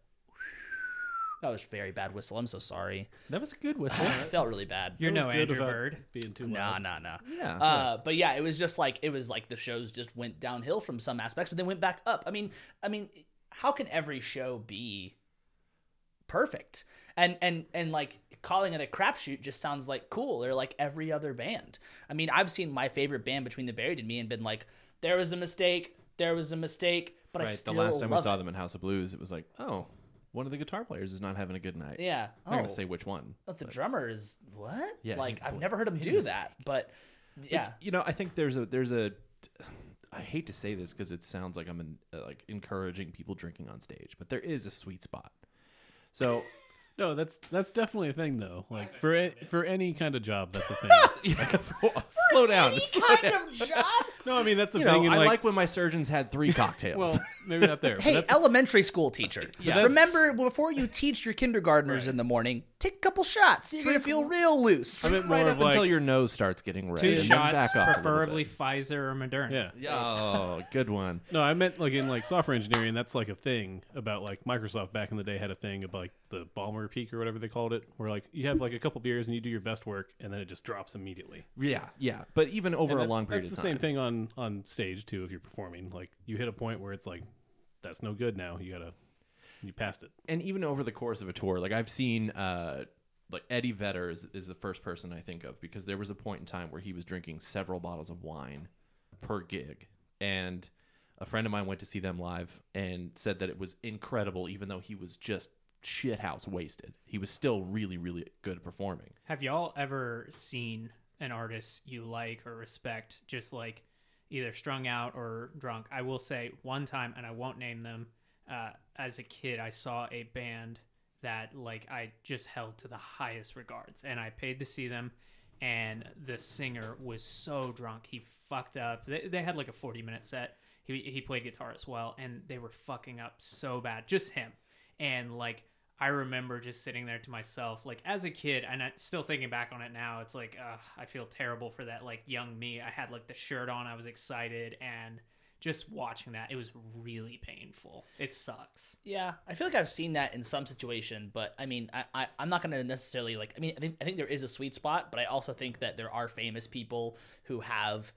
S1: That was a very bad whistle. I'm so sorry.
S2: That was a good whistle.
S1: I felt really bad.
S4: You're
S3: That was
S4: no
S3: good
S4: Andrew
S3: without
S4: Bird.
S3: Being too
S1: Nah,
S3: loud.
S1: nah, nah.
S2: Yeah,
S1: Uh, but yeah, it was just like it was like the shows just went downhill from some aspects, but then went back up. I mean, I mean, how can every show be perfect? And and and like calling it a crapshoot just sounds like cool or like every other band. I mean, I've seen my favorite band between the buried and me and been like, there was a mistake, there was a mistake, but I
S2: right.
S1: still
S2: The last time we
S1: love
S2: saw
S1: it.
S2: them in House of Blues, it was like, oh, one of the guitar players is not having a good night.
S1: Yeah.
S2: I'm not
S1: Oh,
S2: gonna say which one.
S1: but the drummer is what?
S2: Yeah,
S1: like
S2: he-
S1: I've never heard him
S2: he
S1: do
S2: was-
S1: that, but yeah.
S2: you know, I think there's a there's a. I hate to say this because it sounds like I'm in, uh, like encouraging people drinking on stage, but there is a sweet spot. So
S3: No, that's that's definitely a thing though. Like for it, for any kind of job, that's a thing.
S2: slow down.
S1: Kind of job.
S3: no, I mean that's a
S2: You
S3: thing.
S2: know,
S3: in
S2: I
S3: like,
S2: like when my surgeons had three cocktails.
S3: well, maybe not there. but
S1: Hey,
S3: that's-
S1: elementary school teacher.
S3: that's-
S1: Remember, before you teach your kindergartners in the morning, take a couple shots. You're going to feel real loose.
S3: I meant more
S2: right
S3: of
S2: up
S3: like
S2: until your nose starts getting red.
S4: Two
S2: and then
S4: shots,
S2: back off a little
S4: preferably
S2: bit.
S4: Pfizer or Moderna.
S3: yeah.
S2: Yeah, Oh, good one.
S3: No, I meant like in like software engineering. That's like a thing about like Microsoft back in the day had a thing about like the Balmer Peak or whatever they called it, where like you have like a couple beers and you do your best work, and then it just drops immediately.
S2: Yeah, yeah. But even over
S3: And
S2: a
S3: that's-
S2: long period
S3: that's
S2: of
S3: the
S2: time.
S3: same thing on on stage too. If you're performing, like you hit a point where it's like that's no good now. You gotta you passed it.
S2: and even over the course of a tour, like I've seen, uh, like Eddie Vedder is, is the first person I think of because there was a point in time where he was drinking several bottles of wine per gig, and a friend of mine went to see them live and said that it was incredible, even though he was just shithouse wasted. He was still really, really good performing.
S4: Have y'all ever seen an artist you like or respect just like either strung out or drunk? I will say one time, and I won't name them. Uh, as a kid, I saw a band that like I just held to the highest regards, and I paid to see them. And the singer was so drunk, he fucked up. They, they had like a forty minute set. He he played guitar as well, and they were fucking up so bad. Just him, and like I remember just sitting there to myself, like as a kid, and I, still thinking back on it now, it's like ugh, I feel terrible for that like young me. I had like the shirt on, I was excited, and just watching that, it was really painful. It sucks.
S1: Yeah, I feel like I've seen that in some situation, but I mean, I, I I'm not gonna necessarily like. I mean, I think I think there is a sweet spot, but I also think that there are famous people who have,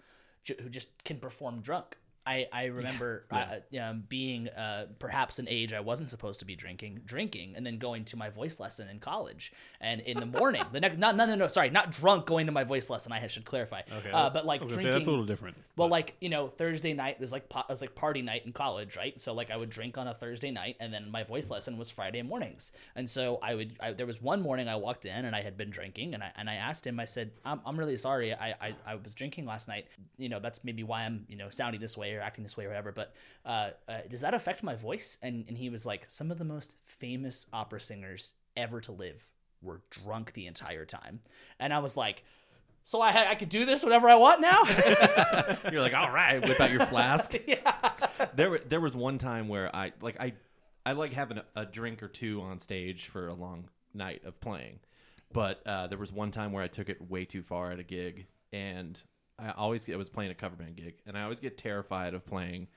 S1: ju- who just can perform drunk. I I remember Uh, um, being uh, perhaps an age I wasn't supposed to be drinking, drinking, and then going to my voice lesson in college, and in the morning, the next not no no no sorry not drunk going to my voice lesson I should clarify, okay, uh,
S3: that's-
S1: but like
S3: I was gonna
S1: drinking
S3: say, that's a little different.
S1: well, like you know, Thursday night was like po- was like party night in college, right? So like I would drink on a Thursday night, and then my voice lesson was Friday mornings. And so I would. I, there was one morning I walked in and I had been drinking, and I and I asked him. I said, "I'm, I'm really sorry. I, I I was drinking last night. You know, that's maybe why I'm you know sounding this way or acting this way or whatever. But uh, uh, does that affect my voice?" And and he was like, "Some of the most famous opera singers ever to live were drunk the entire time," and I was like. So I, ha- I could do this whenever I want now.
S2: You're like, all right, whip out your flask.
S1: yeah.
S2: there were, there was one time where I like I I like having a, a drink or two on stage for a long night of playing. But uh, there was one time where I took it way too far at a gig, and I always get, I was playing a cover band gig, and I always get terrified of playing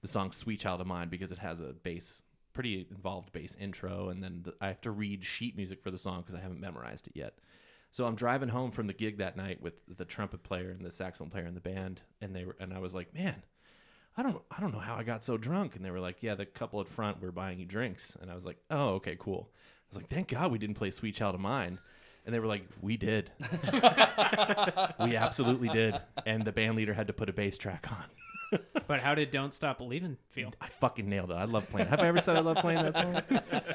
S2: the song "Sweet Child of Mine" because it has a bass, pretty involved bass intro, and then the, I have to read sheet music for the song because I haven't memorized it yet. So I'm driving home from the gig that night with the trumpet player and the saxophone player in the band, and they were, and I was like, man. I don't I don't know how I got so drunk. And they were like, Yeah, the couple at front were buying you drinks. And I was like, Oh, okay, cool. I was like, Thank God we didn't play Sweet Child of Mine. And they were like, We did. we absolutely did. And the band leader had to put a bass track on.
S4: But how did "Don't Stop Believing" feel?
S2: I fucking nailed it. I love playing. it. Have I ever said I love playing that song?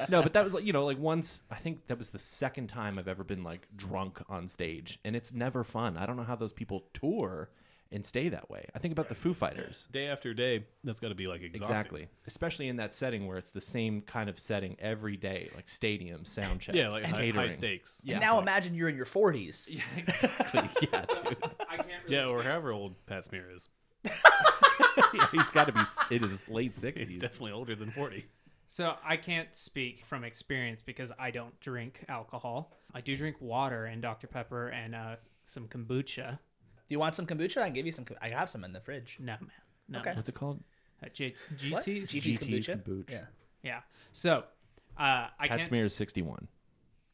S2: No, but that was like you know like once I think that was the second time I've ever been like drunk on stage, and it's never fun. I don't know how those people tour and stay that way. I think about the Foo Fighters.
S3: Day after day, that's got to be like exhausting.
S2: Exactly. Especially in that setting where it's the same kind of setting every day, like stadium, sound check.
S3: Yeah, like high, high
S2: catering.
S3: stakes.
S2: Yeah.
S1: And now imagine you're in your 40s.
S2: yeah, dude.
S4: I can't
S3: Yeah, or however old Pat Smear is.
S2: Yeah, he's got to be, it is late
S3: He's
S2: 60s.
S3: definitely older than 40.
S4: So I can't speak from experience because I don't drink alcohol. I do drink water and Dr Pepper and uh, some kombucha.
S1: Do you want some kombucha? I can give you some. ko- I have some in the fridge.
S4: No man, no.
S1: Okay.
S4: man.
S2: What's it called?
S4: Uh, J-
S1: What?
S4: GT's?
S1: GT's,
S2: GT's
S1: kombucha.
S2: kombucha.
S1: Yeah.
S4: Yeah. So uh, I
S2: Pat
S4: can't
S2: Smear is 61.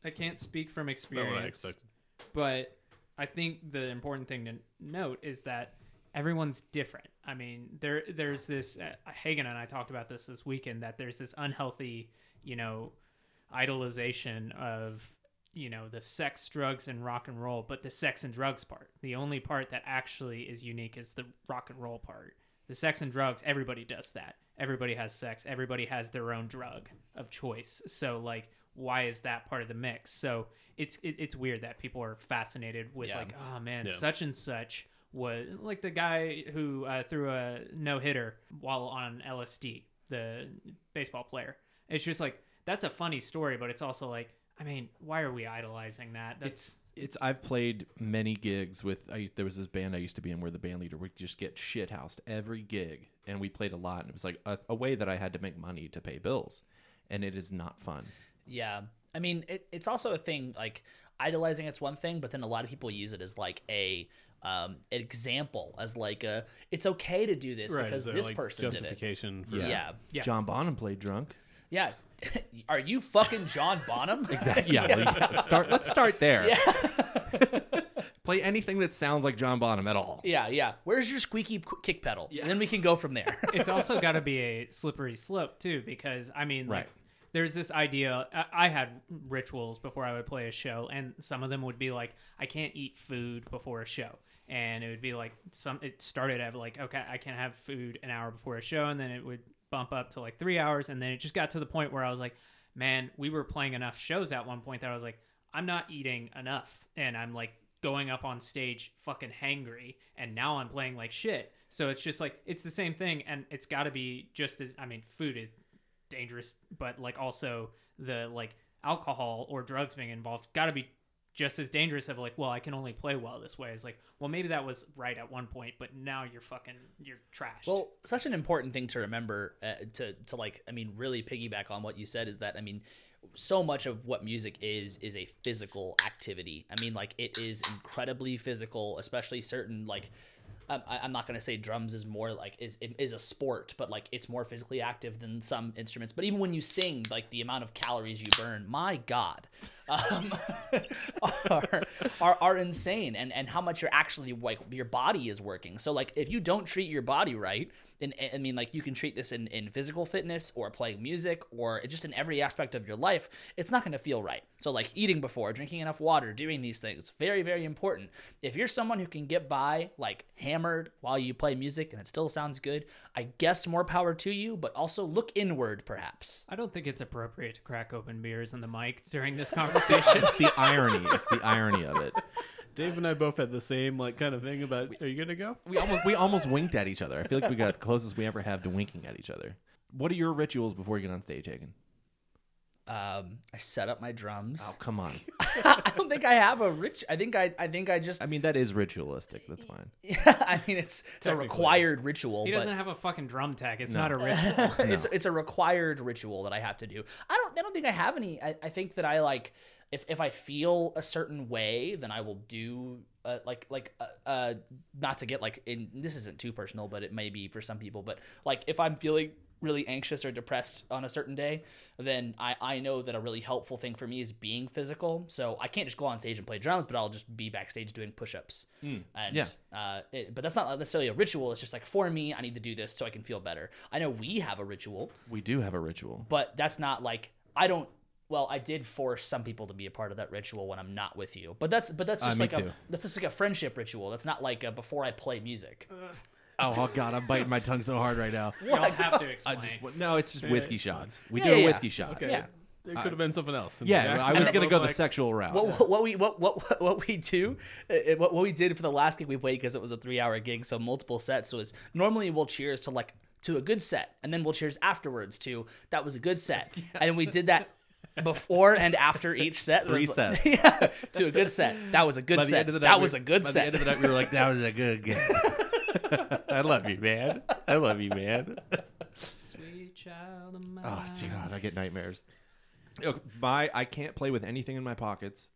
S4: I can't speak from
S3: Not what I
S4: experience,
S3: expected.
S4: but I think the important thing to note is that everyone's different. I mean, there there's this uh, Hagen and I talked about this this weekend that there's this unhealthy, you know, idolization of you know the sex, drugs, and rock and roll, but the sex and drugs part, the only part that actually is unique is the rock and roll part. The sex and drugs, everybody does that. Everybody has sex. Everybody has their own drug of choice. So like, why is that part of the mix? So it's it, it's weird that people are fascinated with
S1: Yeah.
S4: like, oh man,
S3: Yeah.
S4: such and such was like the guy who uh, threw a no hitter while on LSD, the baseball player. It's just like that's a funny story, but it's also like, I mean, why are we idolizing that? That's
S2: It's I've played many gigs with I there was this band I used to be in where the band leader would just get shit housed every gig and we played a lot and it was like a, a way that I had to make money to pay bills and it is not fun.
S1: Yeah. I mean, it, it's also a thing like idolizing it's one thing, but then a lot of people use it as like a um an example as like a it's okay to do this because
S3: is there,
S1: this
S3: like,
S1: person did it.
S3: justification for
S2: Yeah.
S1: Yeah.
S4: Yeah.
S2: John Bonham played drunk.
S1: Yeah. Are you fucking John Bonham?
S2: Exactly. Yeah. like, start. Let's start there. Play anything that sounds like John Bonham at all.
S1: yeah, yeah. Where's your squeaky qu- kick pedal? And then we can go from there.
S4: it's also got to be a slippery slope too, because I mean, like,
S2: Right.
S4: there's this idea. I, I had rituals before I would play a show, and some of them would be like, I can't eat food before a show, and it would be like some. It started at like, okay, I can't have food an hour before a show, and then it would bump up to like three hours, and then it just got to the point where I was like, man, we were playing enough shows at one point that I was like, I'm not eating enough, and I'm like going up on stage fucking hangry and now I'm playing like shit. So it's just like it's the same thing and it's got to be just as I mean food is dangerous but like also the like alcohol or drugs being involved got to be just as dangerous of like well I can only play well this way. It's like well maybe that was right at one point but now you're fucking you're trashed.
S1: Well, such an important thing to remember uh, to to like I mean really piggyback on what you said is that I mean so much of what music is is a physical activity. I mean like it is incredibly physical, especially certain like um, I, I'm not gonna say drums is more like is is a sport, but like it's more physically active than some instruments. But even when you sing, like the amount of calories you burn, my god, um, are, are are insane, and and how much you're actually like your body is working. So like if you don't treat your body right, and and- I mean like you can treat this in in physical fitness or playing music or just in every aspect of your life, it's not going to feel right. So like eating before, drinking enough water, doing these things, very very important. If you're someone who can get by like hammered while you play music and it still sounds good, I guess more power to you, but also look inward perhaps.
S4: I don't think it's appropriate to crack open beers on the mic during this conversation.
S2: It's the irony. It's the irony of it.
S3: Dave and I both had the same like kind of thing about. Are you gonna go?
S2: We almost we almost winked at each other. I feel like we got the closest we ever have to winking at each other. What are your rituals before you get on stage, Hagen?
S1: Um I set up my drums.
S2: Oh, come on.
S1: I don't think I have a rich I think I I think I just
S2: I mean, that is ritualistic. That's fine.
S1: I mean it's it's a
S3: Technically.
S1: required ritual,
S4: He
S1: but
S4: doesn't have a fucking drum tech. It's
S2: No.
S4: not a ritual.
S1: it's it's a required ritual that I have to do. I don't I don't think I have any. I, I think that I like if if I feel a certain way, then I will do uh, like like uh, uh not to get like in this isn't too personal, but it may be for some people. But like if I'm feeling really anxious or depressed on a certain day, then I I know that a really helpful thing for me is being physical. So I can't just go on stage and play drums, but I'll just be backstage doing push-ups. And
S2: Mm, yeah.
S1: uh, it, but that's not necessarily a ritual. It's just like for me, I need to do this so I can feel better. I know we have a ritual
S2: We do have a ritual.
S1: but that's not like I don't. Well, I did force some people to be a part of that ritual when I'm not with you, but that's but that's
S2: Uh,
S1: just
S2: me
S1: like
S2: too.
S1: a that's just like a friendship ritual. That's not like a before I play music.
S2: Oh, oh God, I'm biting my tongue so hard right now.
S4: You don't have to
S2: I
S4: explain.
S2: just no, it's just whiskey shots. We do
S1: Yeah,
S2: a
S1: yeah.
S2: whiskey shot.
S3: Okay.
S1: Yeah.
S3: It could have been something else. And
S2: Uh, Yeah,
S3: Jackson
S2: I was
S3: and I
S2: gonna
S3: both
S2: go
S3: like,
S2: the sexual route.
S1: What, what, what we what what what we do uh, what, what we did for the last gig we played because it was a three hour gig so multiple sets was normally we'll cheers to like to a good set and then we'll cheers afterwards to that was a good set and we did that before and after each set
S2: Three
S1: It was like-
S2: sets.
S1: yeah, to a good set that was a good
S2: By the
S1: set
S2: end of the night,
S1: that
S2: we-
S1: was a good
S2: by
S1: set
S2: the end of the night, we were like, "That was a good game." I love you, man. I love you, man.
S4: Sweet child of mine.
S2: Oh God, I get nightmares. Look, My I can't play with anything in my pockets.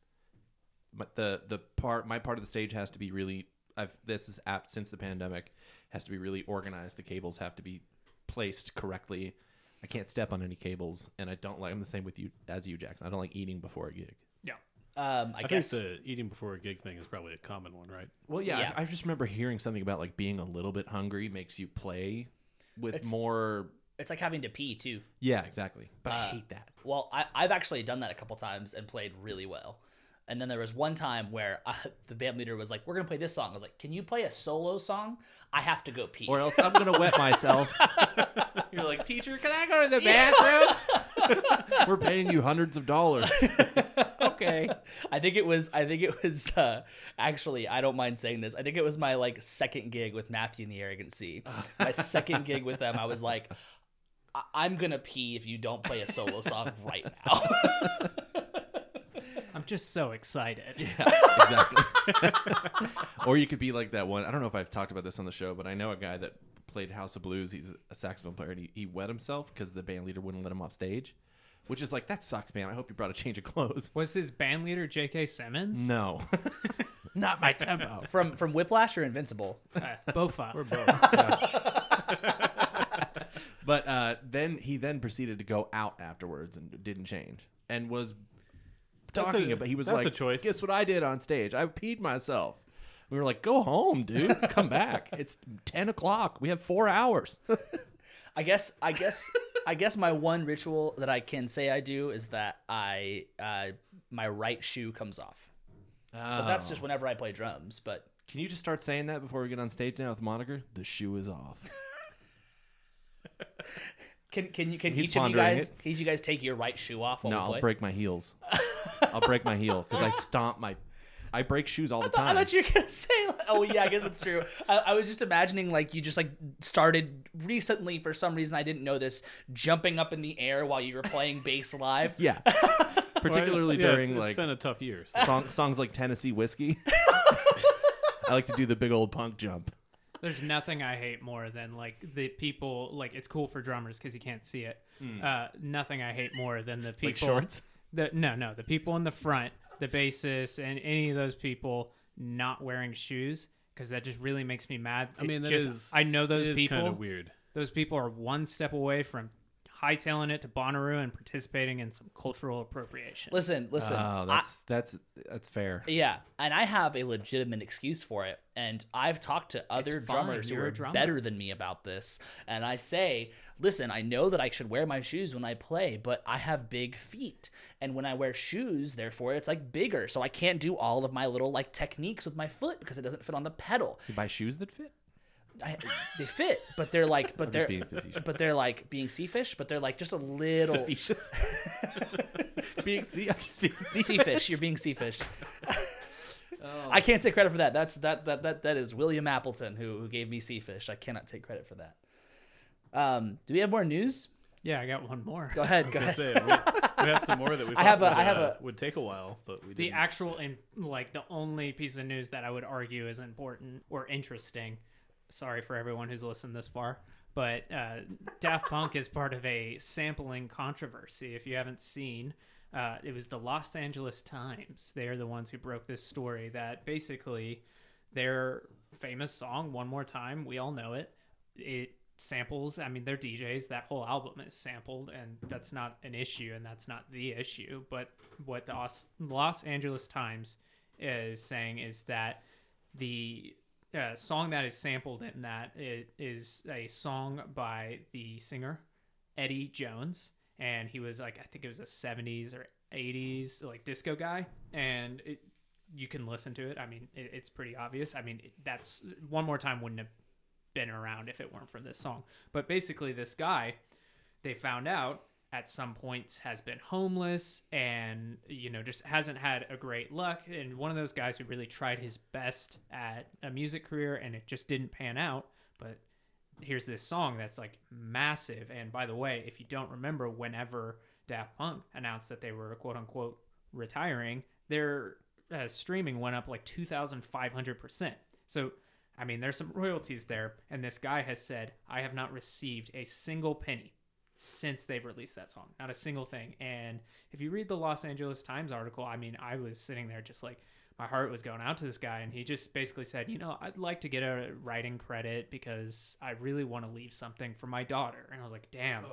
S2: But the the part my part of the stage has to be really. I've this is app since the pandemic has to be really organized. The cables have to be placed correctly. I can't step on any cables, and I don't like. I'm the same with you as you, Jackson. I don't like eating before a gig.
S4: Yeah.
S1: Um, I,
S3: I think
S1: guess
S3: the eating before a gig thing is probably a common one, right?
S2: Well, yeah,
S1: Yeah.
S2: I, I just remember hearing something about like being a little bit hungry makes you play with
S1: It's-
S2: more.
S1: it's like having to pee too.
S2: Yeah, exactly. But I hate that.
S1: Well, I, I've actually done that a couple times and played really well. And then there was one time where uh the band leader was like, "We're gonna play this song." I was like, "Can you play a solo song? I have to go pee."
S2: Or else I'm gonna wet myself.
S4: You're like, teacher, can I
S2: go to the bathroom. We're paying you hundreds of dollars.
S1: okay. I think it was. I think it was. Uh, actually, I don't mind saying this. I think it was my like second gig with Matthew and the Arrogant Sea. My second gig with them, I was like, I- "I'm gonna pee if you don't play a solo song right now."
S4: I'm just so excited.
S2: exactly. or you could be like that one. I don't know if I've talked about this on the show, but I know a guy that played House of Blues. He's a saxophone player, and he, he wet himself because the band leader wouldn't let him off stage, which is like that sucks, man. I hope you brought a change of clothes.
S4: Was his band leader J.K. Simmons?
S2: No,
S4: Not my tempo.
S1: from from Whiplash or Invincible.
S4: uh, Bofa.
S2: but uh, then he then proceeded to go out afterwards and didn't change and was
S3: That's
S2: talking
S3: a-
S2: about. He was
S3: that's
S2: like,
S3: a choice.
S2: "Guess what I did on stage? I peed myself." We were like, "Go home, dude. Come back. It's ten o'clock. We have four hours."
S1: I guess I guess I guess my one ritual that I can say I do is that I uh, my right shoe comes off.
S3: Oh.
S1: But that's
S2: Oh.
S1: just whenever I play drums. But
S2: Can you just start saying that before we get on stage now with the moniker? The shoe is off.
S1: can can you can
S2: He's
S1: each of you
S2: pondering
S1: guys can each of you guys take your right shoe off while
S2: no,
S1: we play?
S2: I'll break my heels. I'll break my heel because I stomp my. I break shoes all the
S1: I
S2: time.
S1: thought you were gonna say, like- oh yeah, I guess that's true. I, I was just imagining like you just like started recently for some reason I didn't know this jumping up in the air while you were playing bass live.
S2: yeah, particularly
S3: Well, it's- yeah,
S2: during
S3: it's-
S2: like
S3: it's been a tough year. so-
S2: song, songs like Tennessee Whiskey. I like to do the big old punk jump.
S4: There's nothing I hate more than like the people like it's cool for drummers because you can't see it.
S3: Hmm.
S4: Uh, nothing I hate more than the people
S2: shorts?
S4: The no, no, the people in the front, the bassist, and any of those people not wearing shoes because that just really makes me mad.
S3: I mean, that
S4: just,
S3: is-
S4: I know those
S3: it is
S4: people.
S3: kind of weird.
S4: Those people are one step away from hightailing it to Bonnaroo and participating in some cultural appropriation.
S1: Listen, listen.
S2: Oh,
S1: I-
S2: that's that's that's fair.
S1: Yeah, and I have a legitimate excuse for it, and I've talked to other
S4: fine,
S1: drummers who
S4: you're a
S1: are
S4: drummer.
S1: better than me about this, and I say, "Listen, I know that I should wear my shoes when I play, but I have big feet, and when I wear shoes, therefore it's like bigger, so I can't do all of my little like techniques with my foot because it doesn't fit on the pedal.
S2: You buy shoes that fit.
S1: I, they fit, but they're like, but they're,
S2: just being facetious.
S1: but they're like being sea fish, but they're like just a little."
S2: Facetious. being sea, I'm just being sea.
S1: Sea fish, you're being sea fish. I can't take credit for that. That's that that that, that is William Appleton who, who gave me sea fish. I cannot take credit for that. Um, do we have more news?
S4: Yeah, I got one more.
S1: Go ahead. Go
S3: I
S1: ahead.
S3: say, we, we have some more that we.
S1: I have
S3: thought
S1: a-
S3: Would,
S1: I have
S3: uh,
S1: a-
S3: would take a while, but we
S4: the
S3: did.
S4: actual and like the only piece of news that I would argue is important or interesting. Sorry for everyone who's listened this far, but uh, Daft Punk is part of a sampling controversy. If you haven't seen, Uh, it was the Los Angeles Times. They are the ones who broke this story that basically their famous song, One More Time, we all know it. It samples, I mean, they're DJs. That whole album is sampled, and that's not an issue, and that's not the issue. But what the Os- Los Angeles Times is saying is that the uh, song that is sampled in that it is a song by the singer Eddie Jones, and he was like I think it was a '70s or '80s like disco guy, and it, you can listen to it. I mean, it, it's pretty obvious. I mean, it- that's one more time wouldn't have been around if it weren't for this song. But basically, this guy they found out at some points has been homeless and you know just hasn't had a great luck and one of those guys who really tried his best at a music career and it just didn't pan out but here's this song that's like massive and by the way if you don't remember whenever daft punk announced that they were quote unquote retiring their uh, streaming went up like 2500% so i mean there's some royalties there and this guy has said i have not received a single penny since they've released that song. Not a single thing. And if you read the Los Angeles Times article, I mean, I was sitting there just like my heart was going out to this guy and he just basically said, "You know, I'd like to get a writing credit because I really want to leave something for my daughter." And I was like, "Damn.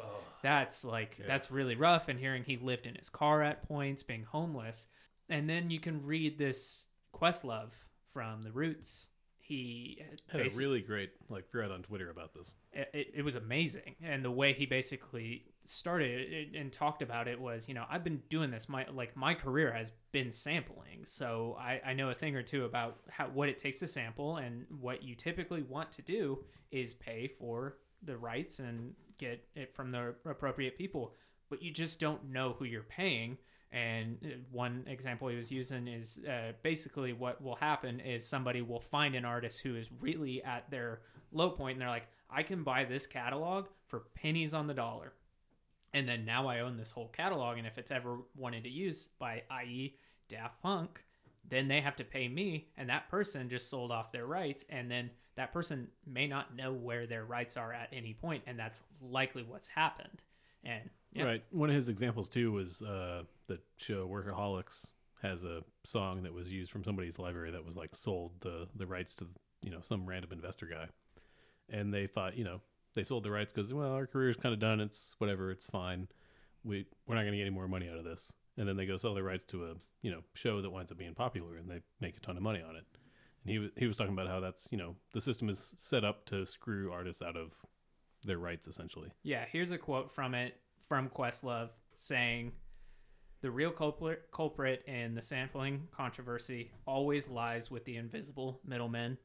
S4: That's like that's really rough." And hearing he lived in his car at points, being homeless. And then you can read this Questlove from The Roots. He
S3: Had a
S4: basically-
S3: really great like thread on Twitter about this.
S4: it- it, it was amazing and the way he basically started it and talked about it was you know i've been doing this my like my career has been sampling so i i know a thing or two about how what it takes to sample and what you typically want to do is pay for the rights and get it from the appropriate people but you just don't know who you're paying and uh, one example he was using is uh, basically what will happen is somebody will find an artist who is really at their low point and they're like, I can buy this catalog for pennies on the dollar. And then now I own this whole catalog. And if it's ever wanted to use by, i.e., Daft Punk, then they have to pay me. And that person just sold off their rights. And then that person may not know where their rights are at any point, And that's likely what's happened. And yeah,
S3: Right. One of his examples too was uh, the show Workaholics has a song that was used from somebody's library that was like sold the the rights to you know some random investor guy, and they thought you know they sold the rights because well our career's kind of done it's whatever it's fine we we're not going to get any more money out of this and then they go sell their rights to a you know show that winds up being popular and they make a ton of money on it and he was he was talking about how that's you know the system is set up to screw artists out of their rights essentially
S4: Yeah, here's a quote from it from Questlove saying, "The real culprit, culprit in the sampling controversy always lies with the invisible middlemen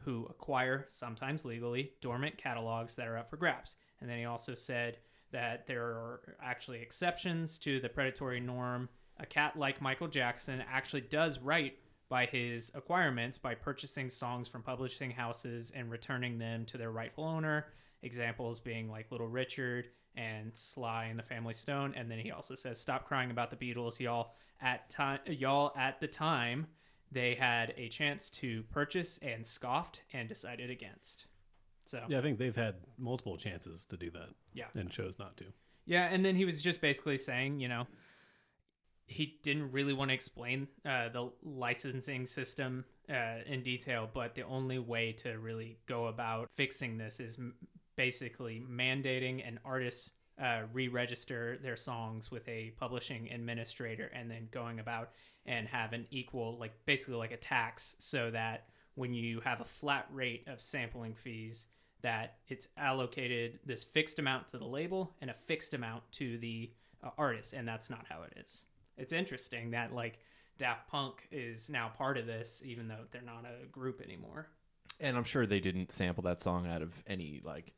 S4: who acquire, sometimes legally, dormant catalogs that are up for grabs." And then he also said that there are actually exceptions to the predatory norm. A cat like Michael Jackson actually does right by his acquirements by purchasing songs from publishing houses and returning them to their rightful owner. Examples being like Little Richard and Sly and the Family Stone. And then he also says, "Stop crying about the Beatles, y'all. At time, y'all at the time." They had a chance to purchase and scoffed and decided against. So
S3: Yeah, I think they've had multiple chances to do that.
S4: Yeah.
S3: And chose not to.
S4: Yeah, and then he was just basically saying, you know, he didn't really want to explain uh, the licensing system uh, in detail, but the only way to really go about fixing this is m- basically mandating an artist uh, re-register their songs with a publishing administrator, and then going about and have an equal, like basically like a tax, so that when you have a flat rate of sampling fees, that it's allocated this fixed amount to the label and a fixed amount to the uh, artist and that's not how it is it's interesting that like daft punk is now part of this even though they're not a group anymore
S2: And I'm sure they didn't sample that song out of any like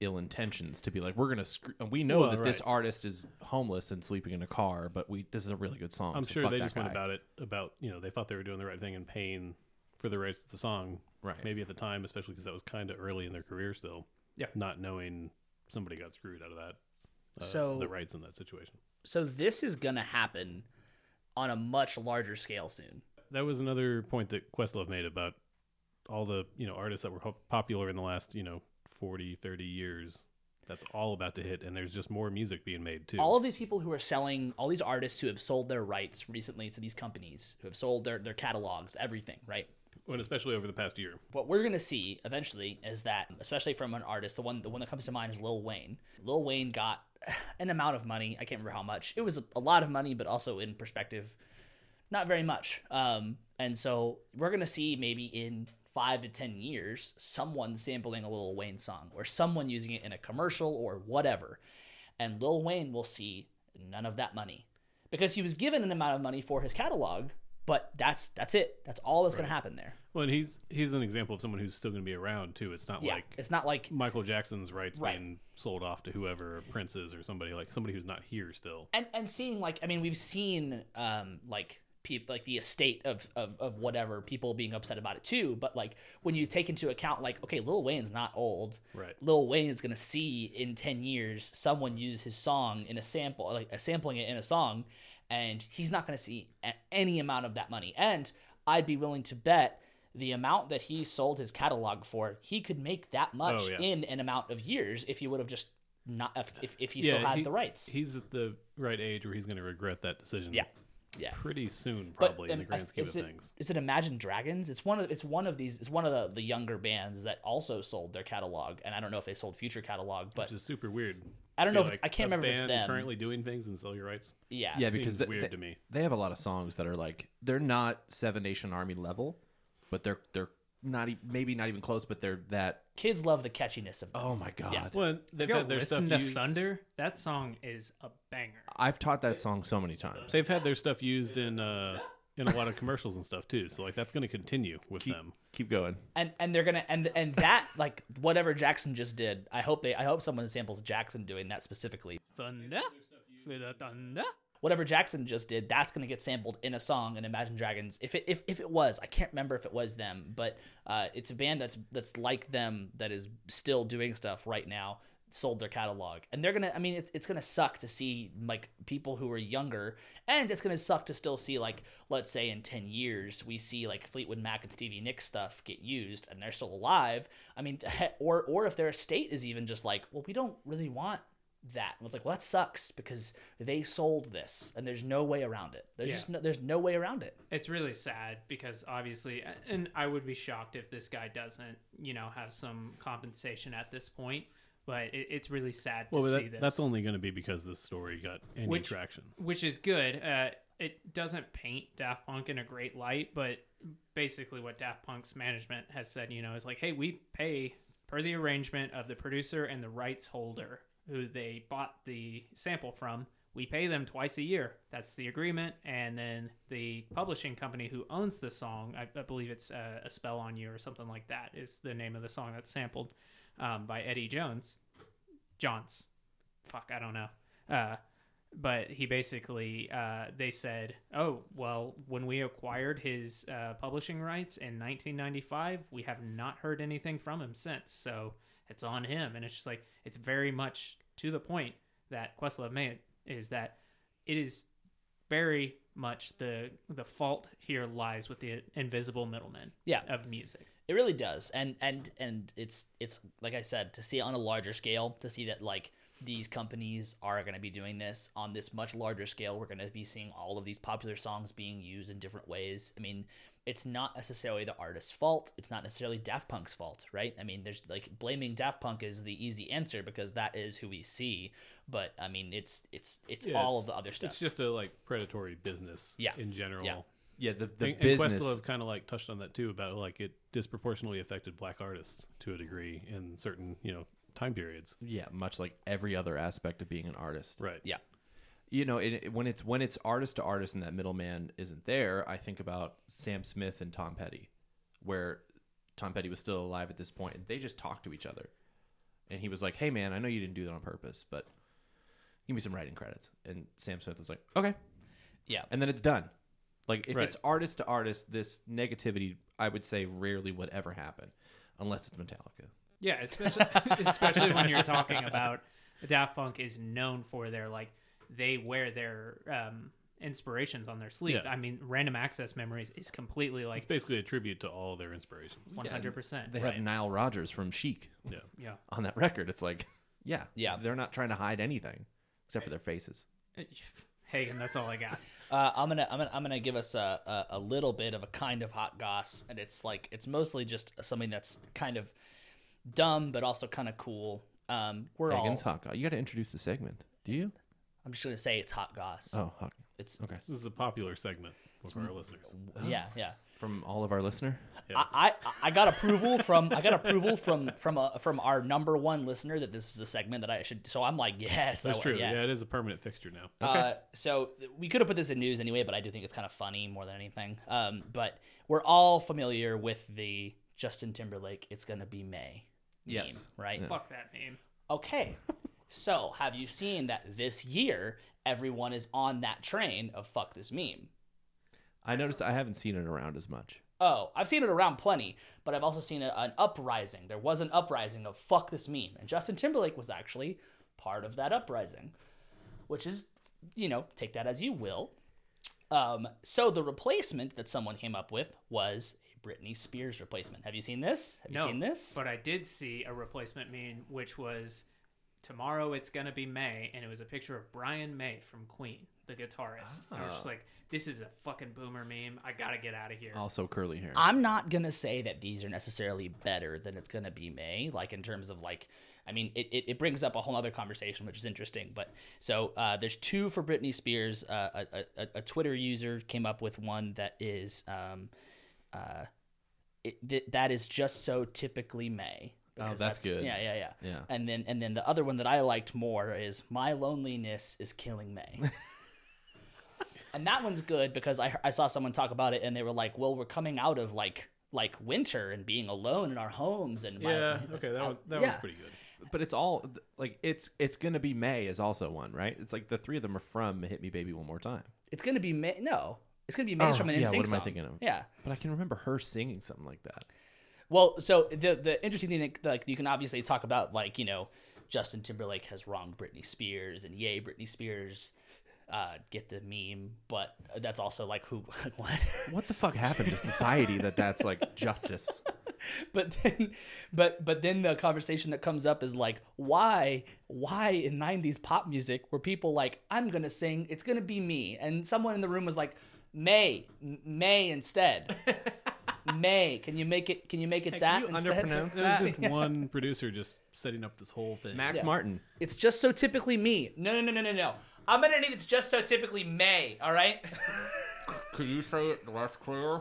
S2: ill intentions to be like we're gonna. Sc- we know
S3: Well,
S2: that this
S3: right.
S2: artist is homeless and sleeping in a car, but we this is a really good song.
S3: I'm
S2: Oh, so
S3: sure
S2: fuck
S3: they
S2: that
S3: just went
S2: guy.
S3: about it about, you know, they thought they were doing the right thing and paying for the rights to the song.
S2: Right.
S3: Maybe at the time, especially because that was kind of early in their career still.
S4: Yeah.
S3: Not knowing somebody got screwed out of that. Uh,
S1: So-
S3: the rights in that situation.
S1: So this is gonna happen on a much larger scale soon.
S3: That was another point that Questlove made about all the, you know, artists that were ho- popular in the last, you know, 40, 30 years that's all about to hit, and there's just more music being made too.
S1: all of these people who are selling all these artists who have sold their rights recently to these companies who have sold their, their catalogs everything right
S3: and especially over the past year.
S1: what we're gonna see eventually is that, especially from an artist, the one the one that comes to mind is Lil Wayne. Lil Wayne got an amount of money. I can't remember how much. It was a, a lot of money, but also in perspective, not very much. Um, and so we're gonna see maybe in five to ten years someone sampling a Lil Wayne song or someone using it in a commercial or whatever, and Lil Wayne will see none of that money because he was given an amount of money for his catalog. But that's that's it. That's all that's gonna happen there.
S3: Well, and he's he's an example of someone who's still going to be around too. It's not
S1: Yeah,
S3: like
S1: it's not like
S3: Michael Jackson's rights
S1: Right.
S3: being sold off to whoever, Prince is, or somebody like somebody who's not here still.
S1: and and seeing like I mean we've seen um like people like the estate of, of of whatever people being upset about it too but like when you take into account like okay Lil Wayne's not old
S3: Right.
S1: Lil Wayne is gonna see in 10 years someone use his song in a sample like a sampling it in a song and he's not gonna see a- any amount of that money and I'd be willing to bet the amount that he sold his catalog for he could make that much
S3: Oh, yeah.
S1: in an amount of years if he would have just not if, if, if he still
S3: Yeah,
S1: had
S3: he-
S1: the rights
S3: He's at the right age where he's going to regret that decision.
S1: Yeah. Yeah.
S3: Pretty soon, probably in
S1: um,
S3: the
S1: I-
S3: grand scheme of
S1: is it-
S3: things.
S1: Is it Imagine Dragons? It's one of it's one of these it's one of the, the younger bands that also sold their catalog, and I don't know if they sold future catalog, but
S3: Which is super weird.
S1: I don't
S3: Be
S1: know if it's-
S3: like
S1: I can't
S3: a
S1: remember if it's
S3: band
S1: them.
S3: currently doing things and sell your rights.
S1: yeah,
S2: yeah,
S3: Seems
S2: because they,
S3: weird
S2: they-
S3: to me.
S2: they have a lot of songs that are like they're not Seven Nation Army level, but they're they're not e- maybe not even close, but they're that.
S1: kids love the catchiness of.
S2: Oh my god!
S3: Well, they've
S4: Y'all
S3: had their stuff
S4: listen to
S3: used.
S4: Thunder. That song is a banger.
S2: I've taught that song so many times.
S3: They've had their stuff used in uh, in a lot of commercials and stuff too. So like that's going to continue with
S2: Keep,
S3: them.
S2: keep going.
S1: and and they're gonna and and that like whatever Jackson just did. I hope they I hope someone samples Jackson doing that specifically.
S4: Thunder, for the thunder.
S1: Whatever Jackson just did, that's gonna get sampled in a song in Imagine Dragons. If it if, if it was, I can't remember if it was them, but uh, it's a band that's that's like them that is still doing stuff right now. Sold their catalog, and they're gonna. I mean, it's it's gonna suck to see like people who are younger, and it's gonna suck to still see like let's say in ten years we see like Fleetwood Mac and Stevie Nicks stuff get used, and they're still alive. I mean, or or if their estate is even just like, well, we don't really want that. And it's like, well, that sucks because they sold this, and there's no way around it. There's just no, there's no way around it.
S4: It's really sad because obviously, and I would be shocked if this guy doesn't, you know, have some compensation at this point. But it, it's really sad to
S3: Well, but
S4: see
S3: that-
S4: this.
S3: that's only going to be because this story got any
S4: Which-
S3: traction.
S4: which is good. Uh, it doesn't paint Daft Punk in a great light, but basically what Daft Punk's management has said, you know, is like, hey, we pay per the arrangement of the producer and the rights holder who they bought the sample from. We pay them twice a year. That's the agreement. And then the publishing company who owns the song, I, I believe it's uh, A Spell on You or something like that, is the name of the song that's sampled um, by Eddie Jones. Johns. Fuck, I don't know. Uh, but he basically uh, they said oh well when we acquired his uh, publishing rights in 1995 we have not heard anything from him since so it's on him and it's just like it's very much to the point that questlove made is that it is very much the the fault here lies with the invisible middleman
S1: Yeah.
S4: of music
S1: It really does, and and and it's it's like I said, to see it on a larger scale, to see that like these companies are going to be doing this on this much larger scale. We're going to be seeing all of these popular songs being used in different ways. I mean, it's not necessarily the artist's fault. It's not necessarily Daft Punk's fault, right? I mean, there's like blaming Daft Punk is the easy answer because that is who we see. But I mean, it's it's it's
S3: Yeah,
S1: all
S3: it's-
S1: of the other stuff.
S3: It's just a like predatory business.
S1: Yeah.
S3: In general.
S1: Yeah.
S2: Yeah, the, the
S3: and,
S2: business.
S3: And Questlove kind of like touched on that too about like it disproportionately affected black artists to a degree in certain you know time periods.
S2: yeah, much like every other aspect of being an artist.
S3: Right.
S1: yeah.
S2: you know it, it- when it's when it's artist to artist and that middleman isn't there i think about sam smith and tom petty where tom petty was still alive at this point and they just talked to each other and he was like hey man i know you didn't do that on purpose but give me some writing credits and sam smith was like okay
S1: Yeah.
S2: and then it's done like if
S3: Right.
S2: it's artist to artist this negativity i would say rarely would ever happen unless it's metallica
S4: Yeah, especially especially when you're talking about Daft Punk is known for their like they wear their um, inspirations on their sleeve.
S3: Yeah.
S4: I mean, Random Access Memories is completely
S3: It's
S4: like
S3: basically a tribute to all their inspirations.
S4: 100. percent
S2: they have nile rodgers from chic
S3: Yeah.
S4: Yeah,
S2: on that record it's like Yeah.
S1: Yeah.
S2: They're not trying to hide anything except for their faces.
S4: Hagen, that's all I got.
S1: Uh, I'm gonna I'm gonna I'm gonna give us a, a a little bit of a kind of hot goss, and it's like it's mostly just something that's kind of dumb, but also kind of cool. Um, we're
S2: Hagen's
S1: all.
S2: hot goss. You got to introduce the segment. Do you?
S1: I'm just gonna say it's hot goss.
S2: Oh, hot.
S1: It's
S2: Okay.
S3: This is a popular segment with our listeners.
S1: yeah yeah.
S2: From all of our listener.
S1: I, I I got approval from I got approval from from a, from our number one listener that this is a segment that I should. So I'm like yes, I
S3: That's
S1: wa-
S3: true. Yeah. it is a permanent fixture now.
S1: Uh, so we could have put this in news anyway, but I do think it's kind of funny more than anything. Um, but we're all familiar with the Justin Timberlake. It's gonna be May.
S2: Yes.
S1: meme, right.
S4: Fuck that name.
S1: Okay. So have you seen that this year everyone is on that train of fuck this meme?
S2: I noticed I haven't seen it around as much.
S1: Oh, I've seen it around plenty, but I've also seen a, an uprising. There was an uprising of fuck this meme, and Justin Timberlake was actually part of that uprising, which is, you know, take that as you will. Um, so the replacement that someone came up with was a Britney Spears replacement. Have you seen this? Have you seen this?
S4: But I did see a replacement meme, which was tomorrow it's gonna be May, and it was a picture of Brian May from Queen, the guitarist. And I was
S3: Ah.
S4: just like, this is a fucking boomer meme. I gotta get out of here.
S2: Also curly hair.
S1: I'm not gonna say that these are necessarily better than it's gonna be May, like in terms of like I mean it, it, it brings up a whole other conversation which is interesting. But so uh, there's two for Britney Spears. Uh, a, a, a Twitter user came up with one that is um, uh, it, th- that is just so typically May. because
S2: Oh, that's good.
S1: Yeah, yeah, yeah.
S2: Yeah.
S1: And then and then the other one that I liked more is My Loneliness is Killing May. and that one's good because I I saw someone talk about it and they were like, "Well, we're coming out of like like winter and being alone in our homes and my,
S3: yeah. Okay. That was that
S1: yeah.
S3: was pretty good.
S2: but it's all like it's it's gonna be May is also one, right? It's like the three of them are from Hit Me Baby One More Time.
S1: it's gonna be May. No, it's gonna be May
S2: Oh,
S1: from an
S2: yeah,
S1: NSYNC
S2: what am I
S1: song.
S2: thinking of?
S1: Yeah.
S2: But I can remember her singing something like that.
S1: Well, so the the interesting thing, that, like you can obviously talk about, like you know, Justin Timberlake has wronged Britney Spears, and yay, Britney Spears, uh, get the meme. But that's also like who what.
S2: What the fuck happened to society that that's like justice?
S1: but then, but but then the conversation that comes up is like, why why in '90s pop music were people like, I'm gonna sing, it's gonna be me, and someone in the room was like, May M- May instead. May, can you make it? Can you make it that
S2: you
S1: instead?
S2: underpronounce
S3: There was just one producer just setting up this whole thing.
S2: Max
S1: Yeah.
S2: Martin.
S1: It's just so typically me. No, no, no, no, no, no. I'm gonna need it's just so typically May. All right.
S5: Can you say it less clear?